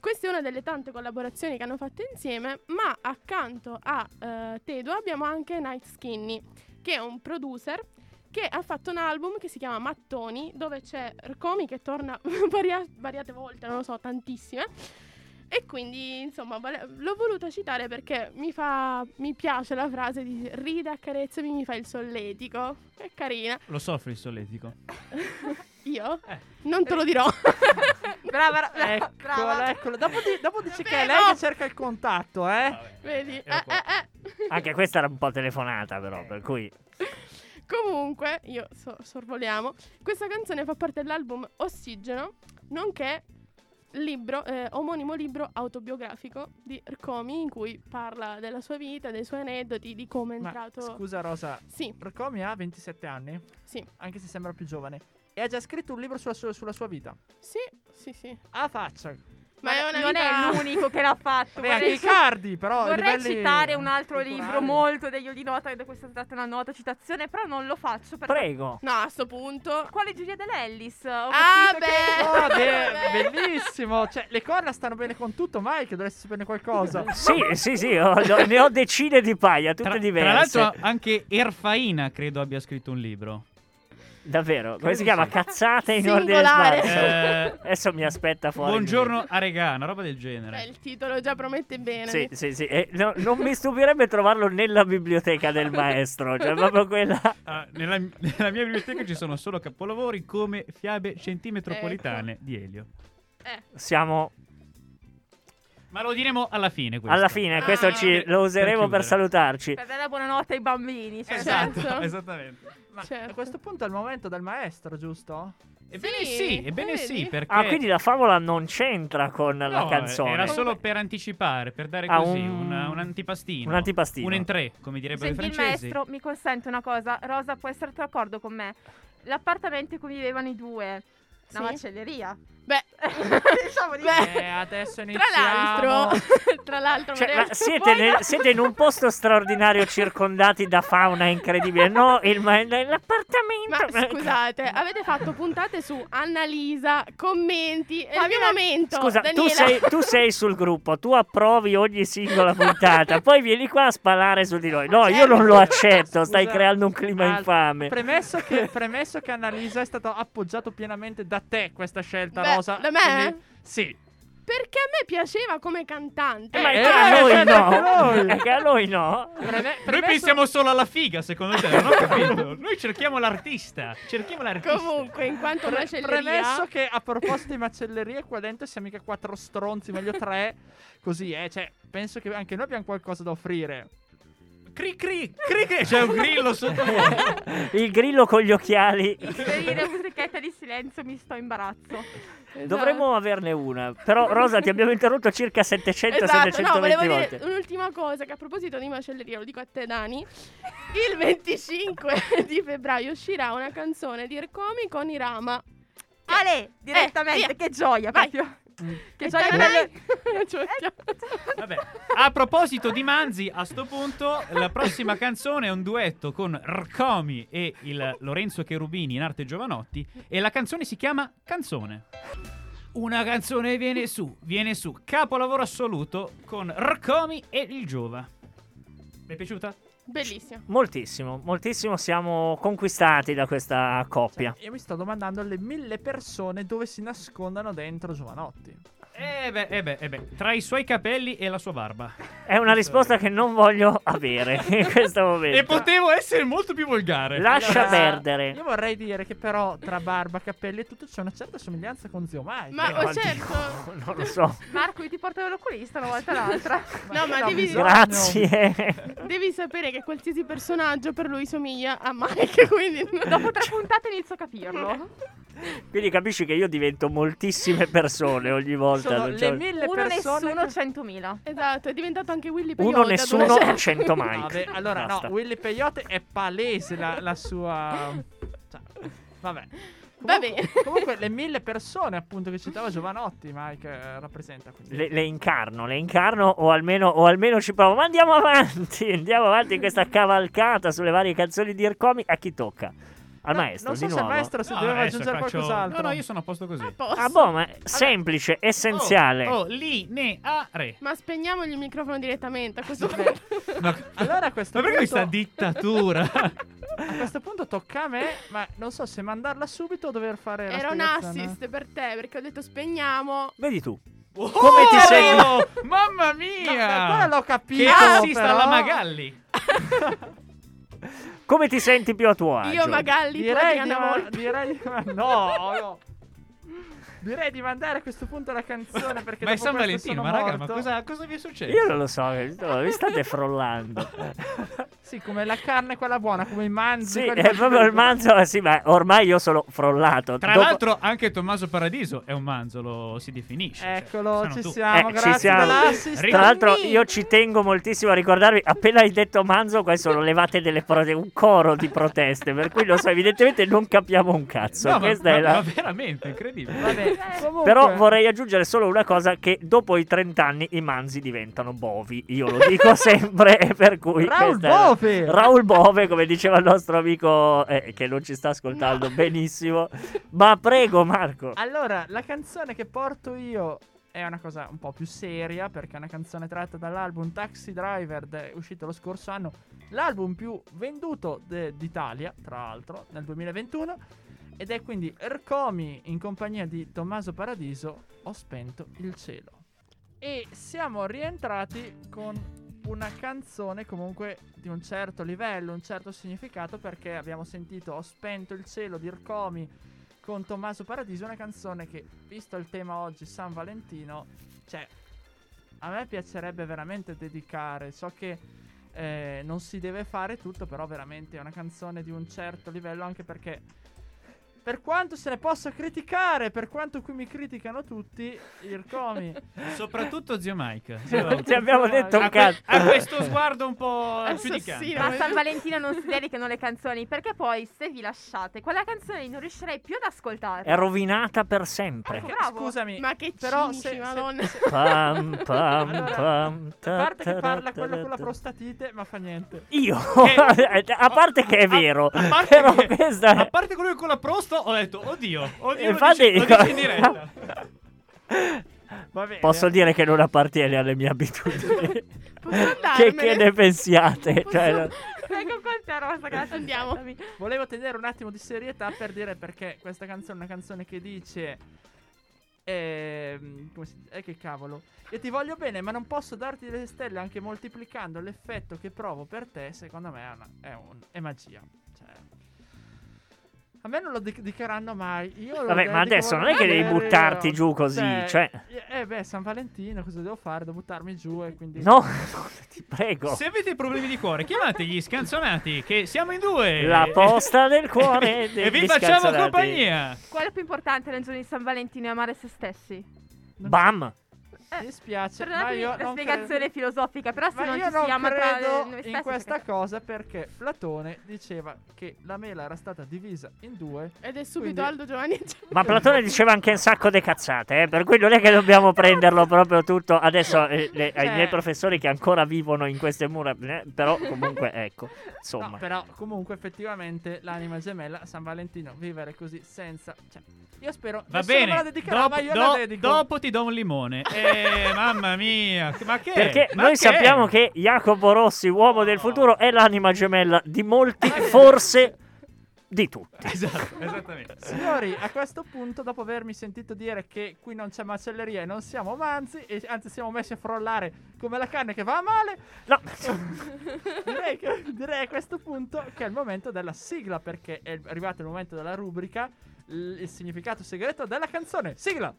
[SPEAKER 7] Questa è una delle tante collaborazioni che hanno fatto insieme, ma accanto a eh, Tedua abbiamo anche Night Skinny, che è un producer che ha fatto un album che si chiama Mattoni, dove c'è Rcomi che torna varia- variate volte, non lo so, tantissime. E quindi, insomma, vole- l'ho voluta citare perché mi, fa, mi piace la frase di rida, accarezzami, mi fa il solletico. È carina.
[SPEAKER 3] Lo soffri il solletico.
[SPEAKER 7] Io?
[SPEAKER 3] Eh.
[SPEAKER 7] Non te lo dirò.
[SPEAKER 6] Brava, ra- brava,
[SPEAKER 5] Eccola,
[SPEAKER 6] Ah, brava.
[SPEAKER 5] eccola. Ecco, Dopo, di- dopo dici
[SPEAKER 7] È
[SPEAKER 5] che è
[SPEAKER 7] vero.
[SPEAKER 5] lei che cerca il contatto, eh?
[SPEAKER 3] Vabbè,
[SPEAKER 7] Vedi?
[SPEAKER 3] ero
[SPEAKER 7] Eh,
[SPEAKER 3] qua.
[SPEAKER 7] eh, eh.
[SPEAKER 4] Anche questa era un po' telefonata, però, per cui
[SPEAKER 7] Comunque, io so- sorvoliamo. Questa canzone fa parte dell'album Ossigeno, nonché libro, eh, omonimo libro autobiografico di Rcomi, in cui parla della sua vita, dei suoi aneddoti, di come è
[SPEAKER 5] Ma
[SPEAKER 7] entrato.
[SPEAKER 5] scusa Rosa,
[SPEAKER 7] Sì,
[SPEAKER 5] Rcomi ha 27 anni,
[SPEAKER 7] sì,
[SPEAKER 5] anche se sembra più giovane, e ha già scritto un libro sulla, sua- sulla sua vita.
[SPEAKER 7] sì, sì, sì.
[SPEAKER 5] A faccia.
[SPEAKER 7] Ma è una
[SPEAKER 6] non
[SPEAKER 7] vita-
[SPEAKER 6] è l'unico che l'ha fatto.
[SPEAKER 5] Vabbè, anche i cardi, però.
[SPEAKER 6] Vorrei
[SPEAKER 5] livelli
[SPEAKER 6] citare un altro
[SPEAKER 5] culturali.
[SPEAKER 6] libro molto degno di nota, da questa è stata una nota citazione, però non lo faccio perché...
[SPEAKER 4] prego.
[SPEAKER 7] No, a sto punto.
[SPEAKER 6] Quale Giulia dell'Ellis? Ho
[SPEAKER 7] Ah,
[SPEAKER 6] capito
[SPEAKER 7] beh.
[SPEAKER 5] Oh,
[SPEAKER 7] Vabbè.
[SPEAKER 5] de- bellissimo! Cioè, le corna stanno bene con tutto, mai che dovresti saperne qualcosa.
[SPEAKER 4] Sì, sì, sì, ho- ho- ne ho decine di paia, tutte
[SPEAKER 3] Tra, tra
[SPEAKER 4] diverse.
[SPEAKER 3] l'altro anche Erfaina credo abbia scritto un libro.
[SPEAKER 4] Davvero, come si
[SPEAKER 3] Credo
[SPEAKER 4] chiama?
[SPEAKER 3] sì.
[SPEAKER 4] Cazzate in ordine
[SPEAKER 7] Singolare.
[SPEAKER 4] sparso.
[SPEAKER 3] Eh,
[SPEAKER 4] Adesso mi aspetta fuori.
[SPEAKER 3] Buongiorno Aregà, una roba del genere.
[SPEAKER 7] Beh, il titolo già promette bene.
[SPEAKER 4] Sì, sì, sì. Eh, no, non mi stupirebbe trovarlo nella biblioteca del maestro. Cioè, proprio quella.
[SPEAKER 3] Ah, nella, nella mia biblioteca ci sono solo capolavori come fiabe centimetropolitane di Elio.
[SPEAKER 6] Eh,
[SPEAKER 4] Siamo
[SPEAKER 3] Ma lo diremo alla fine. questo.
[SPEAKER 4] alla fine, questo
[SPEAKER 7] Ah.
[SPEAKER 4] ci, lo useremo per,
[SPEAKER 3] chiudere.
[SPEAKER 4] salutarci.
[SPEAKER 6] per dare la buonanotte ai bambini. Cioè,
[SPEAKER 3] Esatto,
[SPEAKER 7] Certo.
[SPEAKER 3] esattamente.
[SPEAKER 5] Ma
[SPEAKER 7] Certo.
[SPEAKER 5] a questo punto è il momento del maestro, giusto?
[SPEAKER 3] Ebbene sì,
[SPEAKER 7] Sì,
[SPEAKER 3] ebbene
[SPEAKER 7] vedi?
[SPEAKER 3] sì, perché
[SPEAKER 4] Ah, quindi la favola non c'entra con la
[SPEAKER 3] No, eh,
[SPEAKER 4] canzone.
[SPEAKER 3] Era solo per anticipare, per dare
[SPEAKER 4] Ah,
[SPEAKER 3] così
[SPEAKER 4] un-
[SPEAKER 3] un, un antipastino.
[SPEAKER 4] un antipastino.
[SPEAKER 3] Un entré, come direbbero Eh, i
[SPEAKER 6] Senti, il
[SPEAKER 3] francesi.
[SPEAKER 6] maestro mi consente una cosa. Rosa può essere d'accordo con me. L'appartamento in cui vivevano i due. Una
[SPEAKER 7] Sì.
[SPEAKER 6] macelleria.
[SPEAKER 7] Beh,
[SPEAKER 6] diciamo di
[SPEAKER 7] Beh.
[SPEAKER 5] Eh, adesso
[SPEAKER 7] tra l'altro, tra l'altro,
[SPEAKER 4] Cioè,
[SPEAKER 7] vorrei-
[SPEAKER 4] ma siete,
[SPEAKER 7] Voi
[SPEAKER 4] nel-
[SPEAKER 7] no-
[SPEAKER 4] siete in un posto straordinario circondati da fauna incredibile. No, il ma-
[SPEAKER 7] Ma
[SPEAKER 4] l'appartamento.
[SPEAKER 7] scusate, avete fatto puntate su Annalisa, commenti, è il mio
[SPEAKER 6] Fabiola-
[SPEAKER 7] momento.
[SPEAKER 4] Scusa, tu
[SPEAKER 7] Daniela.
[SPEAKER 4] sei, tu sei sul gruppo, tu approvi ogni singola puntata, poi vieni qua a spalare su di noi. No,
[SPEAKER 7] Certo.
[SPEAKER 4] io non lo accetto, stai
[SPEAKER 5] Scusa.
[SPEAKER 4] creando un clima
[SPEAKER 5] Al-
[SPEAKER 4] infame.
[SPEAKER 5] Premesso che, premesso che Annalisa è stato appoggiato pienamente da te questa scelta,
[SPEAKER 7] Beh,
[SPEAKER 5] Rosa.
[SPEAKER 7] da me?
[SPEAKER 5] quindi- sì.
[SPEAKER 7] Perché a me piaceva come cantante.
[SPEAKER 4] Ma è
[SPEAKER 5] eh,
[SPEAKER 4] che a noi
[SPEAKER 5] eh, anche
[SPEAKER 4] no,
[SPEAKER 5] noi.
[SPEAKER 4] è che a noi no.
[SPEAKER 5] Preme-
[SPEAKER 3] Noi
[SPEAKER 5] premesso-
[SPEAKER 3] pensiamo solo alla figa, secondo te, non ho capito. Noi cerchiamo l'artista, cerchiamo l'artista.
[SPEAKER 7] Comunque, in quanto
[SPEAKER 5] pre- premesso
[SPEAKER 7] macelleria,
[SPEAKER 5] che a proposito di macellerie, qua dentro siamo mica quattro stronzi, meglio tre. Così, eh. Cioè, penso che anche noi abbiamo qualcosa da offrire.
[SPEAKER 3] Cri cri, cri cri, c'è un grillo sotto.
[SPEAKER 4] Il grillo con gli occhiali.
[SPEAKER 6] Esatto. Inserire musichetta di silenzio mi sto imbarazzo.
[SPEAKER 7] esatto.
[SPEAKER 4] Dovremmo averne una. Però, Rosa, ti abbiamo interrotto circa 700-720
[SPEAKER 7] Esatto, no, volevo
[SPEAKER 4] volte.
[SPEAKER 7] dire un'ultima cosa che a proposito di macelleria, lo dico a te Dani, il 25 di febbraio uscirà una canzone di Ercomi con Irama.
[SPEAKER 6] Ale, direttamente,
[SPEAKER 7] via.
[SPEAKER 6] che gioia
[SPEAKER 7] Vai.
[SPEAKER 6] proprio. Che
[SPEAKER 7] E
[SPEAKER 6] gioia
[SPEAKER 7] tarai-
[SPEAKER 6] quella-
[SPEAKER 7] Ci mettiamo.
[SPEAKER 4] Eh,
[SPEAKER 3] Vabbè, a proposito di Manzi, a sto punto la prossima canzone è un duetto con Rcomi e il Lorenzo Cherubini in arte Giovanotti e la canzone si chiama Canzone. Una canzone viene su, viene su, capolavoro assoluto con Rcomi e il Giova. Vi è piaciuta?
[SPEAKER 7] Bellissimo.
[SPEAKER 4] Moltissimo, moltissimo siamo conquistati da questa coppia.
[SPEAKER 5] Cioè, Io mi sto domandando alle mille persone dove si nascondano dentro Giovanotti.
[SPEAKER 3] Eh beh, eh beh, eh beh, tra i suoi capelli e la sua barba.
[SPEAKER 4] È una risposta che non voglio avere in questo
[SPEAKER 3] E
[SPEAKER 4] momento.
[SPEAKER 3] potevo essere molto più volgare.
[SPEAKER 4] Lascia
[SPEAKER 5] Allora, Io
[SPEAKER 4] perdere.
[SPEAKER 5] vorrei dire che però tra barba, capelli e tutto c'è una certa somiglianza con zio Mike.
[SPEAKER 7] Ma
[SPEAKER 4] Eh,
[SPEAKER 7] ho
[SPEAKER 4] oddio,
[SPEAKER 7] certo...
[SPEAKER 4] Non lo so.
[SPEAKER 6] Marco, io ti porto l'oculista una volta l'altra.
[SPEAKER 7] No, ma devi-
[SPEAKER 5] bisogno.
[SPEAKER 4] Grazie.
[SPEAKER 7] Devi sapere che qualsiasi personaggio per lui somiglia a Mike, quindi
[SPEAKER 6] Dopo tre puntate inizio a capirlo.
[SPEAKER 4] Quindi capisci che io divento moltissime persone ogni volta.
[SPEAKER 5] Sono
[SPEAKER 4] non c'è-
[SPEAKER 5] le mille
[SPEAKER 6] Uno
[SPEAKER 5] persone.
[SPEAKER 6] nessuno, 100.000.
[SPEAKER 7] Esatto, è diventato anche Willy Peyote.
[SPEAKER 4] Uno nessuno,
[SPEAKER 7] adolescente.
[SPEAKER 4] 100 mai.
[SPEAKER 5] Vabbè, allora
[SPEAKER 4] Basta.
[SPEAKER 5] no, Willy Peyote è palese la, la sua... cioè, vabbè.
[SPEAKER 7] Va
[SPEAKER 5] Comunque-
[SPEAKER 7] bene.
[SPEAKER 5] Comunque le mille persone appunto che citava Giovanotti, Mike, eh, rappresenta quindi.
[SPEAKER 4] Le, le incarno, le incarno o almeno, o almeno ci provo. Ma andiamo avanti, andiamo avanti in questa cavalcata sulle varie canzoni di Ercomi. A chi tocca? Al
[SPEAKER 5] No,
[SPEAKER 4] maestro,
[SPEAKER 5] Non so
[SPEAKER 4] di
[SPEAKER 5] se
[SPEAKER 4] nuovo.
[SPEAKER 5] il maestro se
[SPEAKER 3] No,
[SPEAKER 5] doveva
[SPEAKER 3] Ah, adesso
[SPEAKER 5] aggiungere
[SPEAKER 3] faccio-
[SPEAKER 5] qualcos'altro.
[SPEAKER 3] No, no, io sono a posto così.
[SPEAKER 7] A posto.
[SPEAKER 4] Ah, boh, ma è semplice, essenziale.
[SPEAKER 3] Oh, lineare.
[SPEAKER 7] Ma spegniamo il microfono direttamente a questo
[SPEAKER 5] Vabbè,
[SPEAKER 7] punto.
[SPEAKER 3] Ma,
[SPEAKER 5] Allora a questo
[SPEAKER 3] ma perché
[SPEAKER 5] punto-
[SPEAKER 3] questa dittatura?
[SPEAKER 5] A questo punto tocca a me, ma non so se mandarla subito o dover fare la
[SPEAKER 7] Era un
[SPEAKER 5] spiegazione.
[SPEAKER 7] assist per te perché ho detto spegniamo.
[SPEAKER 4] Vedi tu.
[SPEAKER 3] Come
[SPEAKER 4] ti sei-
[SPEAKER 3] Mamma
[SPEAKER 5] Oh, No,
[SPEAKER 3] mia!
[SPEAKER 5] ma quella l'ho capito.
[SPEAKER 3] che assista
[SPEAKER 5] però.
[SPEAKER 3] alla Magalli.
[SPEAKER 4] Come ti senti più a tuo agio?
[SPEAKER 7] Io Magalli, tu
[SPEAKER 5] Direi di,
[SPEAKER 7] Adriana
[SPEAKER 5] ma-
[SPEAKER 7] Volpi.
[SPEAKER 5] direi di ma- no, no. Direi di mandare a questo punto la canzone perché
[SPEAKER 3] Ma è
[SPEAKER 5] dopo
[SPEAKER 3] San
[SPEAKER 5] questo
[SPEAKER 3] Valentino, ma
[SPEAKER 5] sono
[SPEAKER 3] raga, ma
[SPEAKER 5] morto.
[SPEAKER 3] cosa, cosa vi è successo?
[SPEAKER 4] Io non lo so, vi state frollando.
[SPEAKER 5] Sì, come la carne quella buona, come il manzo.
[SPEAKER 4] sì,
[SPEAKER 5] quelli
[SPEAKER 4] è proprio il
[SPEAKER 5] fritto.
[SPEAKER 4] manzo, sì, ma ormai io sono frollato.
[SPEAKER 3] Tra
[SPEAKER 4] Dopo-
[SPEAKER 3] l'altro anche Tommaso Paradiso è un manzolo, si definisce. cioè,
[SPEAKER 5] Eccolo,
[SPEAKER 3] sono
[SPEAKER 5] ci
[SPEAKER 3] tu.
[SPEAKER 5] siamo,
[SPEAKER 4] Eh, ci
[SPEAKER 5] grazie
[SPEAKER 4] siamo.
[SPEAKER 5] dell'assist.
[SPEAKER 4] Tra l'altro io ci tengo moltissimo a ricordarvi, appena hai detto manzo, qua sono levate delle prote- un coro di proteste, per cui lo so, evidentemente non capiamo un cazzo.
[SPEAKER 3] No, ma,
[SPEAKER 4] Questa è
[SPEAKER 3] ma-
[SPEAKER 4] la-
[SPEAKER 3] ma veramente incredibile.
[SPEAKER 5] Vabbè, comunque,
[SPEAKER 4] Però vorrei aggiungere solo una cosa che dopo i 30 anni i manzi diventano bovi, io lo dico sempre, e per cui...
[SPEAKER 5] Raul
[SPEAKER 4] questa è la-
[SPEAKER 5] Bove!
[SPEAKER 4] Raul Bove, come diceva il nostro amico eh, che non ci sta ascoltando benissimo, ma prego Marco.
[SPEAKER 5] Allora, la canzone che porto io è una cosa un po' più seria perché è una canzone tratta dall'album Taxi Driver de- uscito lo scorso anno, l'album più venduto de- d'Italia, tra l'altro, nel 2021 ed è quindi Ercomi in compagnia di Tommaso Paradiso Ho spento il cielo. E siamo rientrati con una canzone comunque di un certo livello, un certo significato perché abbiamo sentito Ho spento il cielo di Ercomi con Tommaso Paradiso, una canzone che, visto il tema oggi San Valentino, cioè, a me piacerebbe veramente dedicare. So che eh, non si deve fare tutto, però veramente è una canzone di un certo livello, anche perché, per quanto se ne possa criticare, per quanto qui mi criticano tutti, Ircomi,
[SPEAKER 3] Soprattutto zio Mike.
[SPEAKER 4] Non
[SPEAKER 3] Io-
[SPEAKER 4] ti abbiamo detto un
[SPEAKER 3] Ha, que-
[SPEAKER 4] cazzo.
[SPEAKER 3] ha questo sguardo un po'
[SPEAKER 7] Assassino.
[SPEAKER 3] giudicante.
[SPEAKER 6] Ma a San Valentino non si dedicano le canzoni perché poi se vi lasciate quella canzone non riuscirei più ad ascoltarla.
[SPEAKER 4] È rovinata per sempre.
[SPEAKER 5] perché,
[SPEAKER 6] bravo.
[SPEAKER 5] scusami,
[SPEAKER 7] Ma che
[SPEAKER 5] però
[SPEAKER 7] cinici,
[SPEAKER 5] se- se-
[SPEAKER 7] madonna.
[SPEAKER 4] Pam, pam,
[SPEAKER 5] Allora,
[SPEAKER 4] pam, ta,
[SPEAKER 5] a parte che
[SPEAKER 4] ta, ta,
[SPEAKER 5] parla quello
[SPEAKER 4] ta,
[SPEAKER 5] con la
[SPEAKER 4] ta.
[SPEAKER 5] prostatite, ma fa niente.
[SPEAKER 4] Io,
[SPEAKER 3] Eh,
[SPEAKER 4] a parte che è
[SPEAKER 3] a-
[SPEAKER 4] vero,
[SPEAKER 3] a parte
[SPEAKER 4] però
[SPEAKER 3] che-
[SPEAKER 4] questa è...
[SPEAKER 3] A parte quello che con la prosta ho detto, oddio, oddio,
[SPEAKER 4] Infatti-
[SPEAKER 3] lo, dice, lo dice in diretta. Eh.
[SPEAKER 5] Va bene.
[SPEAKER 4] Posso dire che non appartiene alle mie abitudini.
[SPEAKER 7] Posso andarmene?
[SPEAKER 4] che, che ne pensiate?
[SPEAKER 7] Posso-
[SPEAKER 4] Cioè,
[SPEAKER 6] Ecco con te Rosa, grazie.
[SPEAKER 7] Andiamo.
[SPEAKER 6] ascoltami.
[SPEAKER 5] Volevo tenere un attimo di serietà per dire perché questa canzone è una canzone che dice. Ehm, come si dice? Eh, che cavolo. Io ti voglio bene, ma non posso darti delle stelle anche moltiplicando l'effetto che provo per te. Secondo me è, una- è un- è magia. Cioè, a me non lo dic- dichiaranno mai. Io lo
[SPEAKER 4] Vabbè, ma
[SPEAKER 5] dedico
[SPEAKER 4] adesso non è che devi
[SPEAKER 5] volentieri,
[SPEAKER 4] buttarti
[SPEAKER 5] io- cioè,
[SPEAKER 4] giù così, cioè.
[SPEAKER 5] Eh, beh, San Valentino, cosa devo fare? Devo buttarmi giù e quindi.
[SPEAKER 4] no, ti prego.
[SPEAKER 3] Se avete problemi di cuore, chiamate gli scanzonati, che siamo in due.
[SPEAKER 4] La posta del cuore
[SPEAKER 3] e
[SPEAKER 4] degli
[SPEAKER 3] vi facciamo
[SPEAKER 4] scanzonati.
[SPEAKER 3] compagnia.
[SPEAKER 6] Quello più importante nel giorno di San Valentino è amare se stessi.
[SPEAKER 4] Bam!
[SPEAKER 5] Mi dispiace. Ma
[SPEAKER 6] Perdonatemi
[SPEAKER 5] io
[SPEAKER 6] la
[SPEAKER 5] non
[SPEAKER 6] spiegazione
[SPEAKER 5] credo-
[SPEAKER 6] filosofica, però Ah, se
[SPEAKER 5] Ma
[SPEAKER 6] non
[SPEAKER 5] io
[SPEAKER 6] ci
[SPEAKER 5] non
[SPEAKER 6] si ama tra cioè.
[SPEAKER 5] credo
[SPEAKER 6] noi stessi
[SPEAKER 5] in questa
[SPEAKER 6] perché-
[SPEAKER 5] cosa perché Platone diceva che la mela era stata divisa in due.
[SPEAKER 7] Ed è subito
[SPEAKER 5] Quindi-
[SPEAKER 7] Aldo Giovanni.
[SPEAKER 4] Ma Platone diceva anche un sacco di cazzate, eh, per cui non è che dobbiamo prenderlo proprio tutto. Adesso eh, le- ai
[SPEAKER 5] Cioè-
[SPEAKER 4] miei professori che ancora vivono in queste mura, eh, però comunque ecco,
[SPEAKER 5] No,
[SPEAKER 4] insomma.
[SPEAKER 5] però comunque effettivamente l'anima gemella a San Valentino vivere così senza cioè, io spero
[SPEAKER 3] Va
[SPEAKER 5] nessuno me la
[SPEAKER 3] bene,
[SPEAKER 5] dedicherà, ma io
[SPEAKER 3] dopo,
[SPEAKER 5] la
[SPEAKER 3] do-
[SPEAKER 5] dedico.
[SPEAKER 3] dopo ti do un limone. Eh, mamma mia, ma che?
[SPEAKER 4] Perché
[SPEAKER 3] Eh, ma
[SPEAKER 4] noi
[SPEAKER 3] che?
[SPEAKER 4] sappiamo che Jacopo Rossi, uomo del futuro, è l'anima gemella di molti, forse di tutti.
[SPEAKER 3] Esatto, esattamente.
[SPEAKER 5] Signori, a questo punto, dopo avermi sentito dire che qui non c'è macelleria e non siamo manzi, e anzi siamo messi a frollare come la carne che va a male,
[SPEAKER 4] No,
[SPEAKER 5] direi, che- direi a questo punto che è il momento della sigla perché è arrivato il momento della rubrica l- il significato segreto della canzone sigla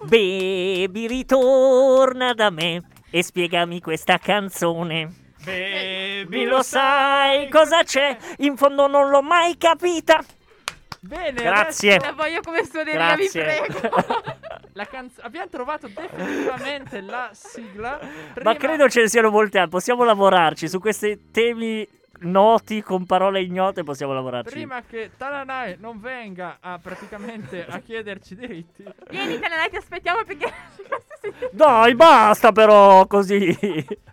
[SPEAKER 4] baby, ritorna da me e spiegami questa canzone.
[SPEAKER 3] Baby,
[SPEAKER 4] Mi lo sai cosa c'è? In fondo non l'ho mai capita.
[SPEAKER 5] Bene,
[SPEAKER 4] Grazie.
[SPEAKER 5] adesso
[SPEAKER 6] La voglio come suoneria, vi
[SPEAKER 4] Grazie.
[SPEAKER 6] prego.
[SPEAKER 5] la canz- abbiamo trovato definitivamente la sigla.
[SPEAKER 4] Ma
[SPEAKER 5] Prima-
[SPEAKER 4] credo ce ne siano molte altre. Possiamo lavorarci su questi temi noti con parole ignote. Possiamo lavorarci.
[SPEAKER 5] Prima che Talanai non venga a praticamente a chiederci diritti,
[SPEAKER 6] Vieni, Tananai, ti aspettiamo perché...
[SPEAKER 4] Dai, basta però così.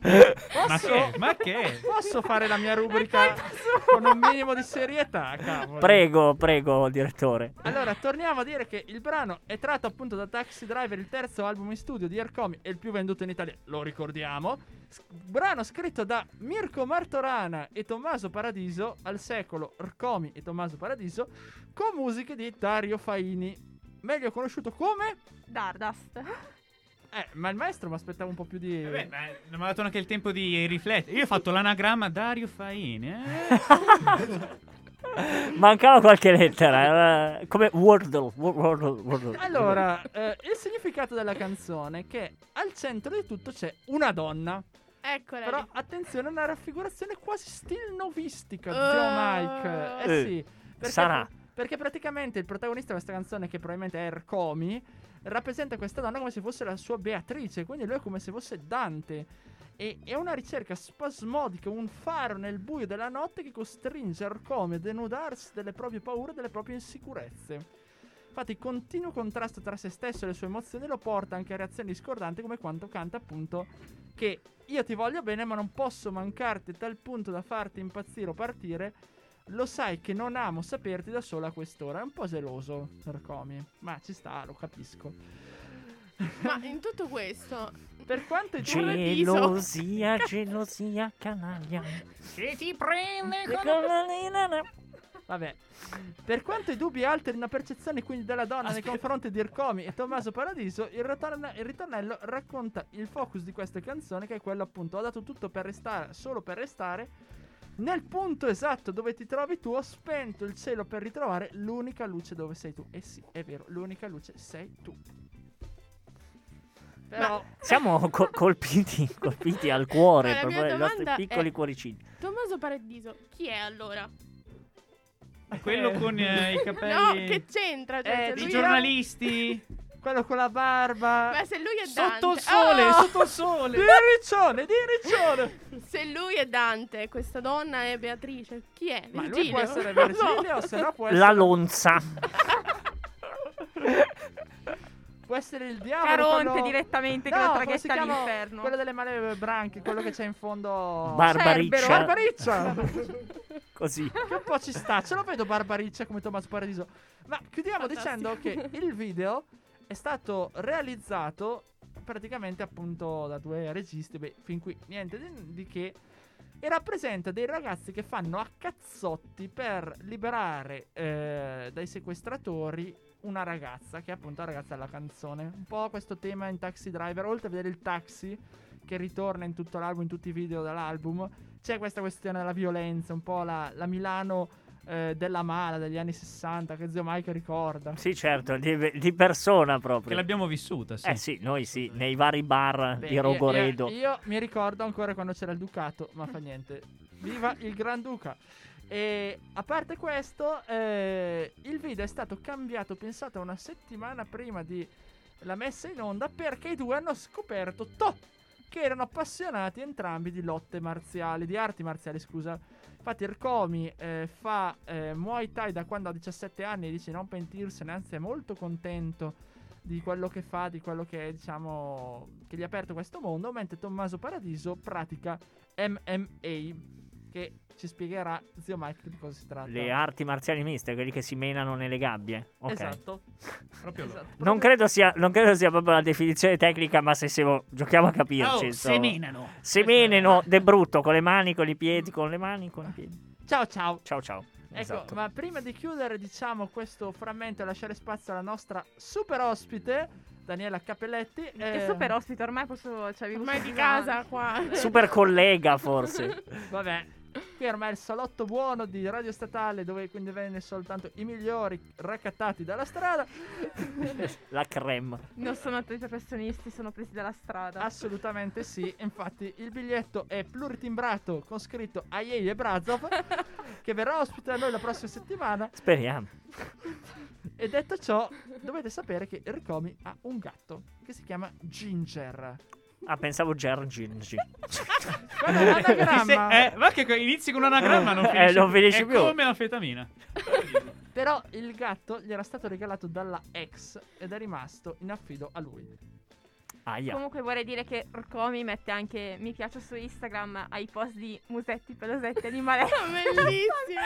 [SPEAKER 3] Ma
[SPEAKER 5] posso,
[SPEAKER 3] che? Ma che?
[SPEAKER 5] posso fare la mia
[SPEAKER 6] È
[SPEAKER 5] rubrica
[SPEAKER 6] colpa sua.
[SPEAKER 5] con un minimo di serietà, cavolo.
[SPEAKER 4] prego, prego, direttore.
[SPEAKER 5] Allora, torniamo a dire che il brano è tratto appunto da Taxi Driver, il terzo album in studio di Ercomi e il più venduto in Italia, lo ricordiamo. S- brano scritto da Mirko Martorana e Tommaso Paradiso al secolo Ercomi e Tommaso Paradiso con musiche di Dario Faini, meglio conosciuto come
[SPEAKER 6] Dardust.
[SPEAKER 5] eh, ma il maestro mi aspettava un po' più di
[SPEAKER 3] Vabbè, ma non Eh, mi ha dato neanche il tempo di riflettere. Io ho fatto l'anagramma Dario Faini. eh.
[SPEAKER 4] Mancava qualche lettera. eh, Come Wordle. Wor- Wordle, Wordle.
[SPEAKER 5] Allora, eh, il significato della canzone è che al centro di tutto c'è una donna.
[SPEAKER 7] Eccola.
[SPEAKER 5] Però
[SPEAKER 7] lì.
[SPEAKER 5] attenzione, una raffigurazione quasi stilnovistica, zio Mike.
[SPEAKER 7] Eh.
[SPEAKER 5] Eh sì. Perché,
[SPEAKER 4] Sarà.
[SPEAKER 5] Perché praticamente il protagonista di questa canzone, che probabilmente è Ercomi, rappresenta questa donna come se fosse la sua Beatrice, quindi lui è come se fosse Dante. E è una ricerca spasmodica, un faro nel buio della notte che costringe Ercomi a denudarsi delle proprie paure e delle proprie insicurezze. Infatti il continuo contrasto tra se stesso e le sue emozioni lo porta anche a reazioni discordanti come quanto canta appunto che io ti voglio bene ma non posso mancarti a tal punto da farti impazzire o partire. Lo sai che non amo saperti da sola a quest'ora. È un po' geloso, Sarcomi. Ma ci sta, lo capisco.
[SPEAKER 7] Ma in tutto questo,
[SPEAKER 5] Per quanto i due...
[SPEAKER 4] Gelosia, gelosia, canaglia.
[SPEAKER 3] Se ti prende
[SPEAKER 5] Vabbè. Per quanto i dubbi alterino la percezione quindi della donna nei
[SPEAKER 3] Aspetta.
[SPEAKER 5] confronti di Ercomi e Tommaso Paradiso, il, ritorn- il ritornello racconta il focus di questa canzone che è quello appunto ho dato tutto per restare, solo per restare nel punto esatto dove ti trovi tu ho spento il cielo per ritrovare l'unica luce dove sei tu. E sì, è vero, l'unica luce sei tu. Però
[SPEAKER 4] Siamo co- colpiti, colpiti al cuore
[SPEAKER 7] Ma la
[SPEAKER 4] proprio
[SPEAKER 7] mia
[SPEAKER 4] dai nostri
[SPEAKER 7] domanda
[SPEAKER 4] piccoli
[SPEAKER 7] è-
[SPEAKER 4] cuoricini.
[SPEAKER 7] Tommaso Paradiso, chi è allora?
[SPEAKER 3] Quello
[SPEAKER 5] Eh,
[SPEAKER 3] con eh, i
[SPEAKER 7] No,
[SPEAKER 3] capelli.
[SPEAKER 7] che c'entra? Cioè,
[SPEAKER 5] Eh,
[SPEAKER 7] se
[SPEAKER 5] di
[SPEAKER 3] I
[SPEAKER 7] lui è-
[SPEAKER 3] giornalisti.
[SPEAKER 5] quello con la barba
[SPEAKER 7] Ma se lui è Dante...
[SPEAKER 5] sotto il sole,
[SPEAKER 7] Oh!
[SPEAKER 5] sotto il sole. Di riccione, di riccione.
[SPEAKER 7] Se lui è Dante e questa donna è Beatrice, chi è?
[SPEAKER 5] Ma lui
[SPEAKER 7] Virgilio?
[SPEAKER 5] può essere
[SPEAKER 7] No.
[SPEAKER 5] Virgilio, se no può
[SPEAKER 4] La
[SPEAKER 5] essere,
[SPEAKER 4] lonza.
[SPEAKER 5] può essere il diavolo.
[SPEAKER 6] Caronte
[SPEAKER 5] quello-
[SPEAKER 6] direttamente
[SPEAKER 5] No,
[SPEAKER 6] che lo
[SPEAKER 5] come si
[SPEAKER 6] traghetta
[SPEAKER 5] chiama?
[SPEAKER 6] all'inferno.
[SPEAKER 5] Quello delle manovre branche, quello che c'è in fondo.
[SPEAKER 4] Barbariccia.
[SPEAKER 6] Cerbero,
[SPEAKER 5] Barbariccia!
[SPEAKER 4] Così.
[SPEAKER 5] che un po' ci sta, ce lo vedo Barbariccia come Tommaso Paradiso. Ma chiudiamo
[SPEAKER 7] Fantastico.
[SPEAKER 5] dicendo che il video è stato realizzato praticamente appunto da due registi. Beh, fin qui niente di, di che. E rappresenta dei ragazzi che fanno a cazzotti per liberare eh, dai sequestratori una ragazza, che è appunto la ragazza della canzone. Un po' questo tema in Taxi Driver, oltre a vedere il taxi che ritorna in tutto l'album, in tutti i video dell'album, c'è questa questione della violenza, un po' la, la Milano eh, della mala degli anni 60 che zio Mike ricorda.
[SPEAKER 4] Sì, certo, di, di persona
[SPEAKER 3] Che
[SPEAKER 4] proprio.
[SPEAKER 3] l'abbiamo vissuta, sì.
[SPEAKER 4] Eh sì, noi sì, nei vari bar
[SPEAKER 5] Beh,
[SPEAKER 4] di
[SPEAKER 5] io-
[SPEAKER 4] Rogoredo.
[SPEAKER 5] Io, io mi ricordo ancora quando c'era il Ducato, ma fa niente. Viva il Granduca! E a parte questo, eh, il video è stato cambiato, pensate, una settimana prima di la messa in onda perché i due hanno scoperto toh, che erano appassionati entrambi di lotte marziali, di arti marziali, scusa. Infatti Ercomi eh, fa eh, Muay Thai da quando ha 17 anni e dice non pentirsene, anzi è molto contento di quello che fa, di quello che diciamo che gli ha aperto questo mondo, mentre Tommaso Paradiso pratica MMA che ci spiegherà zio Mike di cosa si tratta.
[SPEAKER 4] Le arti marziali miste, quelli che si menano nelle gabbie. Ok.
[SPEAKER 5] Esatto.
[SPEAKER 3] Proprio loro.
[SPEAKER 5] Esatto.
[SPEAKER 4] Non credo, sia, non credo sia proprio la definizione tecnica, ma se siamo, giochiamo a
[SPEAKER 3] Oh,
[SPEAKER 4] capirci. insomma.
[SPEAKER 3] seminano.
[SPEAKER 4] Se menano, de brutto, con le mani, con i piedi, con le mani, con i piedi.
[SPEAKER 5] Ciao ciao.
[SPEAKER 4] Ciao, ciao.
[SPEAKER 5] Ecco,
[SPEAKER 4] esatto.
[SPEAKER 5] ma prima di chiudere, diciamo, questo frammento e lasciare spazio alla nostra super ospite, Daniela Capelletti. ehm,
[SPEAKER 6] Che super ospite, ormai posso... Cioè, vi
[SPEAKER 7] Ormai
[SPEAKER 6] posso
[SPEAKER 7] di
[SPEAKER 6] dire-
[SPEAKER 7] casa qua.
[SPEAKER 4] Super collega, forse.
[SPEAKER 5] Vabbè, Qui ormai è il salotto buono di Radio Statale, dove quindi venne soltanto i migliori raccattati dalla strada.
[SPEAKER 4] La creme.
[SPEAKER 6] Non sono attori professionisti, sono presi dalla strada.
[SPEAKER 5] Assolutamente sì. Infatti, il biglietto è pluritimbrato con scritto Aiei e Brazov, che verrà ospite da noi la prossima settimana.
[SPEAKER 4] Speriamo.
[SPEAKER 5] E detto ciò, dovete sapere che Ricomi ha un gatto che si chiama Ginger.
[SPEAKER 4] Ah, pensavo Gergingi.
[SPEAKER 5] Quello è un
[SPEAKER 3] Ti
[SPEAKER 5] anagramma.
[SPEAKER 3] sei- eh, va che inizi con un anagramma, non
[SPEAKER 4] Eh,
[SPEAKER 3] finisci,
[SPEAKER 4] non finisci
[SPEAKER 3] è
[SPEAKER 4] più.
[SPEAKER 3] come l'anfetamina.
[SPEAKER 5] Però il gatto gli era stato regalato dalla ex ed è rimasto in affido a lui.
[SPEAKER 4] Aia.
[SPEAKER 6] Comunque vorrei dire che Orcomi mette anche mi piace su Instagram ai post di musetti, pelosetti, animaletti.
[SPEAKER 5] Ah,
[SPEAKER 7] Bellissimo.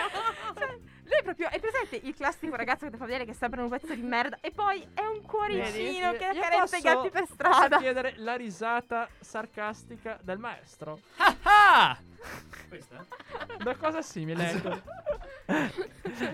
[SPEAKER 6] Cioè, lui proprio è presente il classico ragazzo che ti fa vedere che sembra un pezzo di merda e poi è un cuoricino
[SPEAKER 5] Vedi?
[SPEAKER 6] che
[SPEAKER 5] Io
[SPEAKER 6] carezza i
[SPEAKER 5] posso
[SPEAKER 6] gatti per strada.
[SPEAKER 5] chiedere la risata sarcastica del maestro.
[SPEAKER 3] Ah!
[SPEAKER 5] Una cosa simile. ecco.
[SPEAKER 6] Esatto.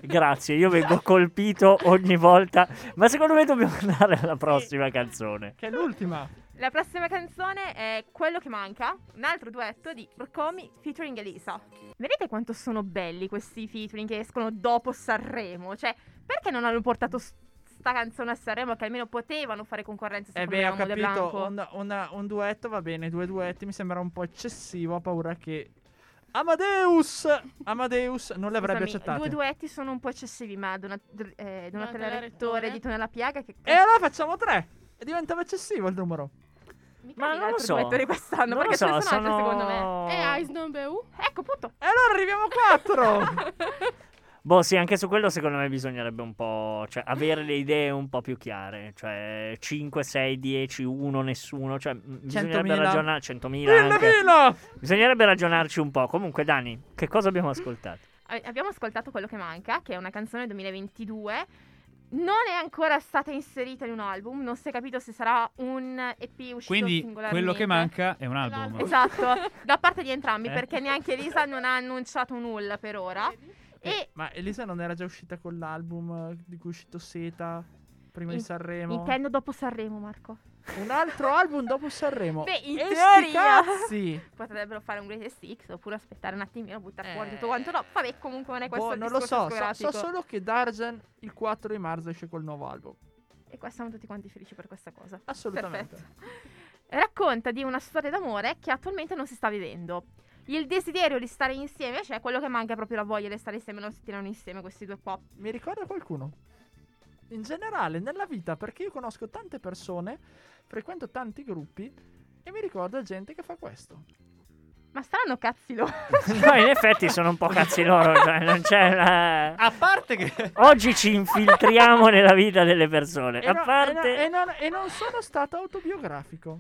[SPEAKER 4] Grazie, io vengo colpito ogni volta. Ma secondo me dobbiamo andare alla prossima canzone.
[SPEAKER 5] che è l'ultima.
[SPEAKER 6] La prossima canzone è Quello che manca, un altro duetto di Orcomi featuring Elisa. Vedete quanto sono belli questi featuring che escono dopo Sanremo? Cioè, perché non hanno portato s- sta canzone a Sanremo che almeno potevano fare concorrenza
[SPEAKER 5] Eh
[SPEAKER 6] secondo
[SPEAKER 5] beh,
[SPEAKER 6] me,
[SPEAKER 5] ho
[SPEAKER 6] a Mondo
[SPEAKER 5] capito.
[SPEAKER 6] Blanco?
[SPEAKER 5] Un, una- un duetto va bene, due duetti mi sembra un po' eccessivo. Ho paura che. Amadeus! Amadeus non le avrebbe
[SPEAKER 6] Scusami,
[SPEAKER 5] accettate.
[SPEAKER 6] Due duetti sono un po' eccessivi, ma Donat- eh, Donatella
[SPEAKER 7] Donatella
[SPEAKER 6] Rettore
[SPEAKER 7] Rettore.
[SPEAKER 6] di Tona la Piaga che...
[SPEAKER 4] Eh,
[SPEAKER 5] E allora facciamo tre. E diventava eccessivo il numero.
[SPEAKER 6] Mi
[SPEAKER 4] Ma
[SPEAKER 6] caga
[SPEAKER 4] non lo
[SPEAKER 6] l'altro
[SPEAKER 4] so.
[SPEAKER 6] duetto di quest'anno,
[SPEAKER 4] Non lo
[SPEAKER 6] Ah, perché
[SPEAKER 4] so,
[SPEAKER 6] ce ne sono,
[SPEAKER 4] sono...
[SPEAKER 6] altri secondo me. Eh,
[SPEAKER 7] E Ice Non Beu?
[SPEAKER 6] Ecco, punto.
[SPEAKER 5] E allora arriviamo a quattro.
[SPEAKER 4] Boh, sì, anche su quello secondo me bisognerebbe un po', cioè, avere le idee un po' più chiare, cioè 5, 6, 10, 1, nessuno, cioè mh, bisognerebbe
[SPEAKER 5] 100.000.
[SPEAKER 4] ragionare 100.000 anche.
[SPEAKER 5] Villavilla!
[SPEAKER 4] Bisognerebbe ragionarci un po'. Comunque Dani, che cosa abbiamo ascoltato?
[SPEAKER 6] A- Abbiamo ascoltato Quello che manca, che è una canzone 2022. Non è ancora stata inserita in un album, non si è capito se sarà un EP uscito
[SPEAKER 3] Quindi
[SPEAKER 6] singolarmente.
[SPEAKER 3] quello che manca è un album.
[SPEAKER 7] L'album.
[SPEAKER 6] Esatto, da parte di entrambi,
[SPEAKER 3] Eh.
[SPEAKER 6] perché neanche Elisa non ha annunciato nulla per ora. E
[SPEAKER 5] Eh, Ma Elisa non era già uscita con l'album eh, di cui è uscito Seta prima
[SPEAKER 6] In-
[SPEAKER 5] di Sanremo?
[SPEAKER 6] intendo dopo Sanremo, Marco.
[SPEAKER 5] Un altro album dopo Sanremo.
[SPEAKER 6] Beh, in
[SPEAKER 5] E sti
[SPEAKER 6] teoria.
[SPEAKER 5] cazzi!
[SPEAKER 6] Potrebbero fare un Greatest Hits oppure aspettare un attimino, buttare
[SPEAKER 5] Eh.
[SPEAKER 6] fuori tutto quanto. No, vabbè, comunque non è questo
[SPEAKER 5] Boh,
[SPEAKER 6] il
[SPEAKER 5] non lo
[SPEAKER 6] discorso
[SPEAKER 5] so, so, so
[SPEAKER 6] discografico.
[SPEAKER 5] solo che Dargen il 4 di marzo esce col nuovo album.
[SPEAKER 6] E qua siamo tutti quanti felici per questa cosa.
[SPEAKER 5] Assolutamente.
[SPEAKER 6] Perfetto. Racconta di una storia d'amore che attualmente non si sta vivendo. Il desiderio di stare insieme, cioè quello che manca è proprio la voglia di stare insieme, non si tirano insieme questi due qua.
[SPEAKER 5] Mi ricorda qualcuno? In generale, nella vita, perché io conosco tante persone, frequento tanti gruppi e mi ricorda gente che fa questo.
[SPEAKER 6] Ma saranno cazzi loro.
[SPEAKER 4] No, in effetti sono un po' cazzi loro, cioè non c'è la...
[SPEAKER 3] A parte che
[SPEAKER 4] Oggi ci infiltriamo nella vita delle persone.
[SPEAKER 5] E,
[SPEAKER 4] A
[SPEAKER 5] no- e no-
[SPEAKER 4] parte...
[SPEAKER 5] e non, e non sono stato autobiografico.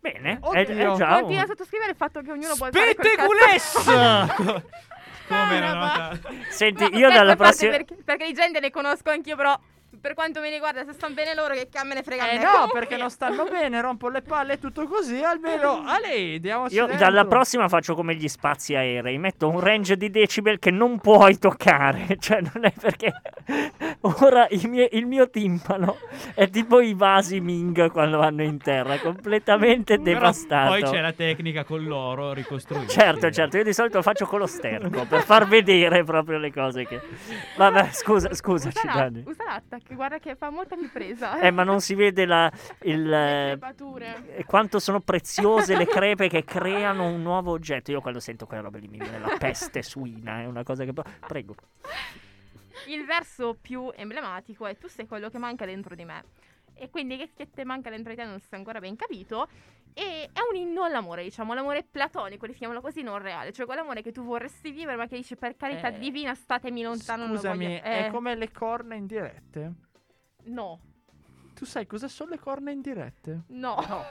[SPEAKER 4] Bene,
[SPEAKER 5] Oddio.
[SPEAKER 4] è, è già un-
[SPEAKER 6] Continua a sottoscrivere il fatto che ognuno vuole fare col
[SPEAKER 3] Spetegules!
[SPEAKER 6] cazzo- Ah,
[SPEAKER 3] Come era nota?
[SPEAKER 4] Senti,
[SPEAKER 6] No,
[SPEAKER 4] io
[SPEAKER 6] scherzo,
[SPEAKER 4] dalla
[SPEAKER 6] a parte
[SPEAKER 4] prossima...
[SPEAKER 6] Perché, perché di gente le conosco anch'io, però per quanto mi riguarda, se stanno bene loro, che cazzo me ne frega a
[SPEAKER 5] Eh
[SPEAKER 6] me.
[SPEAKER 5] no,
[SPEAKER 6] Comunque-
[SPEAKER 5] perché non stanno bene, rompo le palle e tutto così, almeno a lei diamoci
[SPEAKER 4] Io
[SPEAKER 5] dentro.
[SPEAKER 4] dalla prossima faccio come gli spazi aerei, metto un range di decibel che non puoi toccare, cioè non è perché ora i mie- il mio timpano è tipo i vasi Ming quando vanno in terra, è completamente
[SPEAKER 3] Però
[SPEAKER 4] devastato.
[SPEAKER 3] Poi c'è la tecnica con l'oro ricostruita.
[SPEAKER 4] Certo, certo, io di solito lo faccio con lo sterco per far vedere proprio le cose che... Vabbè, scusa, scusaci
[SPEAKER 6] Usa, la,
[SPEAKER 4] Dani.
[SPEAKER 6] usa l'attack, guarda che fa molta più presa.
[SPEAKER 4] Eh, ma non si vede la, il...
[SPEAKER 7] Le
[SPEAKER 4] eh,
[SPEAKER 7] crepature.
[SPEAKER 4] E quanto sono preziose le crepe che creano un nuovo oggetto. Io quando sento quella roba lì mi viene la peste suina, è una cosa che... pro- Prego.
[SPEAKER 6] Il verso più emblematico è tu sei quello che manca dentro di me. E quindi che, che te manca dentro di te non si è ancora ben capito. E è un inno all'amore, diciamo, l'amore platonico, definiamolo così, non reale. Cioè quell'amore che tu vorresti vivere, ma che dici per carità
[SPEAKER 5] Eh,
[SPEAKER 6] divina, statemi lontano. non lo
[SPEAKER 5] Scusami,
[SPEAKER 6] voglio-
[SPEAKER 5] è
[SPEAKER 6] eh,
[SPEAKER 5] come le corna in dirette.
[SPEAKER 6] No,
[SPEAKER 5] Tu sai cosa sono le corna in dirette?
[SPEAKER 6] no.
[SPEAKER 5] No.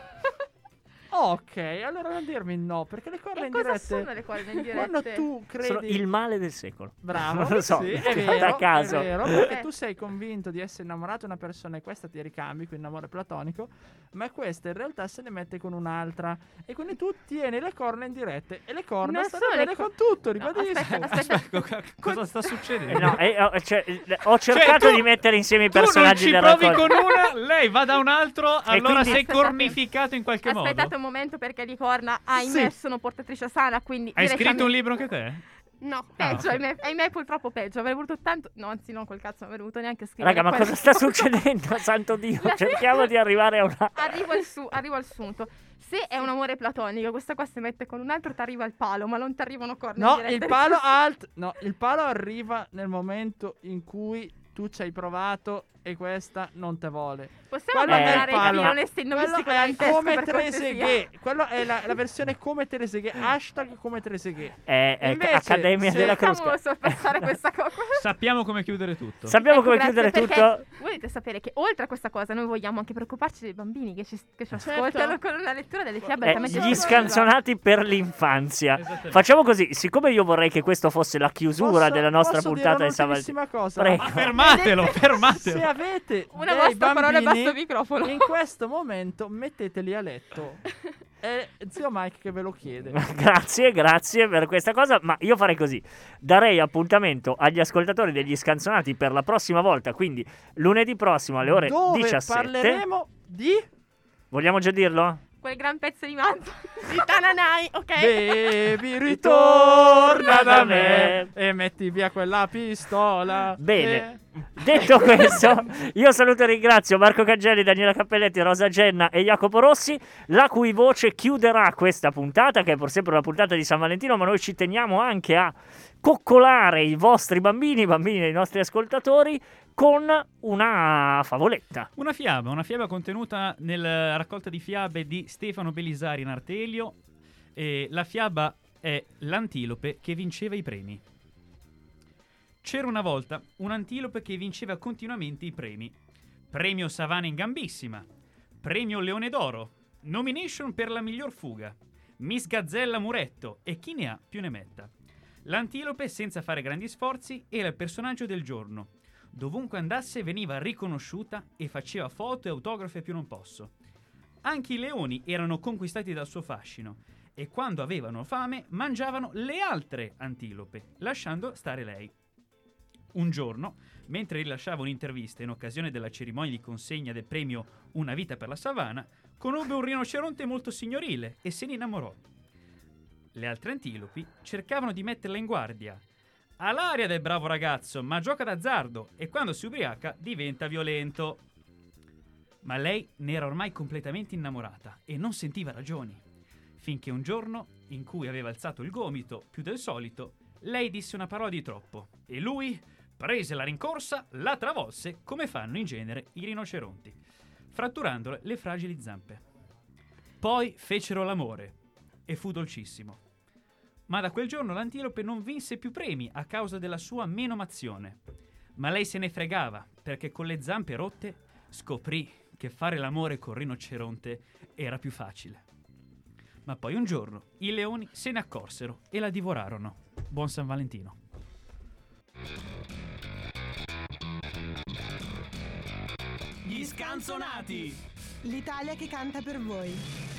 [SPEAKER 5] Ok, allora non dirmi no, perché le corna
[SPEAKER 6] E
[SPEAKER 5] in
[SPEAKER 6] cosa
[SPEAKER 5] dirette...
[SPEAKER 6] sono le corna in dirette?
[SPEAKER 5] Quando tu credi...
[SPEAKER 4] Sono il male del secolo.
[SPEAKER 5] Bravo,
[SPEAKER 4] non lo so,
[SPEAKER 5] sì,
[SPEAKER 4] da
[SPEAKER 5] è vero, è
[SPEAKER 4] caso.
[SPEAKER 5] vero, perché
[SPEAKER 6] Eh.
[SPEAKER 5] tu sei convinto di essere innamorato di una persona e questa ti ricambi, quindi amore platonico, ma questa in realtà se ne mette con un'altra e quindi tu tieni le corna in dirette e le corna
[SPEAKER 6] Non
[SPEAKER 5] stanno
[SPEAKER 6] solo le
[SPEAKER 5] bene
[SPEAKER 6] co-
[SPEAKER 5] con
[SPEAKER 6] No,
[SPEAKER 5] tutto, ribadisco.
[SPEAKER 6] aspetta, aspetta.
[SPEAKER 3] Aspetta, co- co- cosa sta
[SPEAKER 4] Eh
[SPEAKER 3] succedendo?
[SPEAKER 4] no, eh, ho, cioè, eh, ho cercato
[SPEAKER 3] tu-
[SPEAKER 4] di mettere insieme i
[SPEAKER 3] tu non
[SPEAKER 4] personaggi
[SPEAKER 3] ci
[SPEAKER 4] della
[SPEAKER 3] provi con una, lei va da un altro, allora
[SPEAKER 4] quindi-
[SPEAKER 3] sei
[SPEAKER 6] Aspettate.
[SPEAKER 3] cornificato in qualche
[SPEAKER 6] Aspettate
[SPEAKER 3] modo.
[SPEAKER 6] un momento perché di corna, ahimè,
[SPEAKER 5] Sì.
[SPEAKER 6] sono portatrice sana, quindi...
[SPEAKER 3] Hai
[SPEAKER 6] direi che a
[SPEAKER 3] scritto un
[SPEAKER 6] me-
[SPEAKER 3] libro anche te?
[SPEAKER 7] No,
[SPEAKER 6] Peggio,
[SPEAKER 3] Ah.
[SPEAKER 6] ahimè, ahimè, purtroppo peggio. Avrei voluto tanto... No, anzi, non col cazzo, non avrei voluto neanche scrivere.
[SPEAKER 4] Raga, ma
[SPEAKER 6] quello.
[SPEAKER 4] cosa sta succedendo? Santo Dio,
[SPEAKER 6] La-
[SPEAKER 4] cerchiamo di arrivare a una...
[SPEAKER 6] Arrivo al, su- arrivo al sunto. Se è un amore platonico, questa qua si mette con un altro, ti arriva il palo, ma non ti arrivano corna
[SPEAKER 5] No,
[SPEAKER 6] dirette.
[SPEAKER 5] il palo alt- no, il palo arriva nel momento in cui tu ci hai provato e questa non te vuole.
[SPEAKER 6] Possiamo
[SPEAKER 5] quello
[SPEAKER 4] è il
[SPEAKER 6] parlare di
[SPEAKER 5] palo.
[SPEAKER 6] non essendo
[SPEAKER 5] Quello
[SPEAKER 6] messi con
[SPEAKER 5] è
[SPEAKER 6] l'antesco
[SPEAKER 5] come
[SPEAKER 6] per cortesia?
[SPEAKER 5] Trezeguet. Quello è la, la versione come Trezeguet, hashtag come Trezeguet.
[SPEAKER 4] Eh, eh,
[SPEAKER 5] Invece,
[SPEAKER 4] Accademia
[SPEAKER 5] se-
[SPEAKER 4] della
[SPEAKER 6] Facciamo
[SPEAKER 4] Crusca.
[SPEAKER 6] sorpassare questa cosa.
[SPEAKER 3] Sappiamo come chiudere tutto.
[SPEAKER 4] Sappiamo
[SPEAKER 6] Ecco,
[SPEAKER 4] come
[SPEAKER 6] grazie,
[SPEAKER 4] chiudere
[SPEAKER 6] perché
[SPEAKER 4] tutto?
[SPEAKER 6] Volete sapere che oltre a questa cosa noi vogliamo anche preoccuparci dei bambini che ci, che ci
[SPEAKER 7] Certo.
[SPEAKER 6] ascoltano con una lettura delle fiabe
[SPEAKER 4] Eh,
[SPEAKER 6] altamente
[SPEAKER 4] gli
[SPEAKER 6] sconosciute.
[SPEAKER 4] scanzonati per l'infanzia.
[SPEAKER 3] Esattamente.
[SPEAKER 4] Facciamo così, siccome io vorrei che questo fosse la chiusura
[SPEAKER 5] Posso-
[SPEAKER 4] della nostra
[SPEAKER 5] posso dire
[SPEAKER 4] puntata di stamattina.
[SPEAKER 5] un'ultimissima cosa.
[SPEAKER 4] Prego.
[SPEAKER 3] Ma fermatelo,
[SPEAKER 5] Se
[SPEAKER 3] fermatelo.
[SPEAKER 5] avete
[SPEAKER 6] Una
[SPEAKER 5] dei
[SPEAKER 6] vostra parola e
[SPEAKER 5] bambini,
[SPEAKER 6] basta microfono.
[SPEAKER 5] in questo momento metteteli a letto. È zio Mike che ve lo chiede.
[SPEAKER 4] Grazie, grazie per questa cosa, ma io farei così. Darei appuntamento agli ascoltatori degli scanzonati per la prossima volta, quindi lunedì prossimo alle ore
[SPEAKER 5] Dove
[SPEAKER 4] 17.
[SPEAKER 5] parleremo di
[SPEAKER 4] Vogliamo già dirlo?
[SPEAKER 6] Quel gran pezzo di manzo.
[SPEAKER 7] di Tananai, ok?
[SPEAKER 5] Baby ritorna da me e metti via quella pistola.
[SPEAKER 4] Bene.
[SPEAKER 5] Eh.
[SPEAKER 4] Detto questo, io saluto e ringrazio Marco Cangelli, Daniela Cappelletti, Rosa Genna e Jacopo Rossi, la cui voce chiuderà questa puntata, che è pur sempre una puntata di San Valentino, ma noi ci teniamo anche a coccolare i vostri bambini, i bambini dei nostri ascoltatori, con una favoletta.
[SPEAKER 3] Una fiaba, una fiaba contenuta nella raccolta di fiabe di Stefano Belisari in Artelio. E la fiaba è l'antilope che vinceva i premi. C'era una volta un'antilope che vinceva continuamente i premi. Premio Savana in Gambissima, Premio Leone d'Oro, Nomination per la miglior fuga, Miss Gazzella Muretto e chi ne ha più ne metta. L'antilope, senza fare grandi sforzi, era il personaggio del giorno. Dovunque andasse veniva riconosciuta e faceva foto e autografi a più non posso. Anche i leoni erano conquistati dal suo fascino e quando avevano fame mangiavano le altre antilope, lasciando stare lei. Un giorno, mentre rilasciava un'intervista in occasione della cerimonia di consegna del premio Una vita per la savana, conobbe un rinoceronte molto signorile e se ne innamorò. Le altre antilopi cercavano di metterla in guardia, ha l'aria del bravo ragazzo, ma gioca d'azzardo e quando si ubriaca diventa violento. Ma lei ne era ormai completamente innamorata e non sentiva ragioni. Finché un giorno, in cui aveva alzato il gomito più del solito, lei disse una parola di troppo e lui prese la rincorsa, la travolse come fanno in genere i rinoceronti, fratturandole le fragili zampe. Poi fecero l'amore e fu dolcissimo. Ma da quel giorno l'antilope non vinse più premi a causa della sua menomazione. Ma lei se ne fregava perché con le zampe rotte scoprì che fare l'amore col rinoceronte era più facile. Ma poi un giorno i leoni se ne accorsero e la divorarono. Buon San Valentino.
[SPEAKER 2] L'Italia che canta per voi.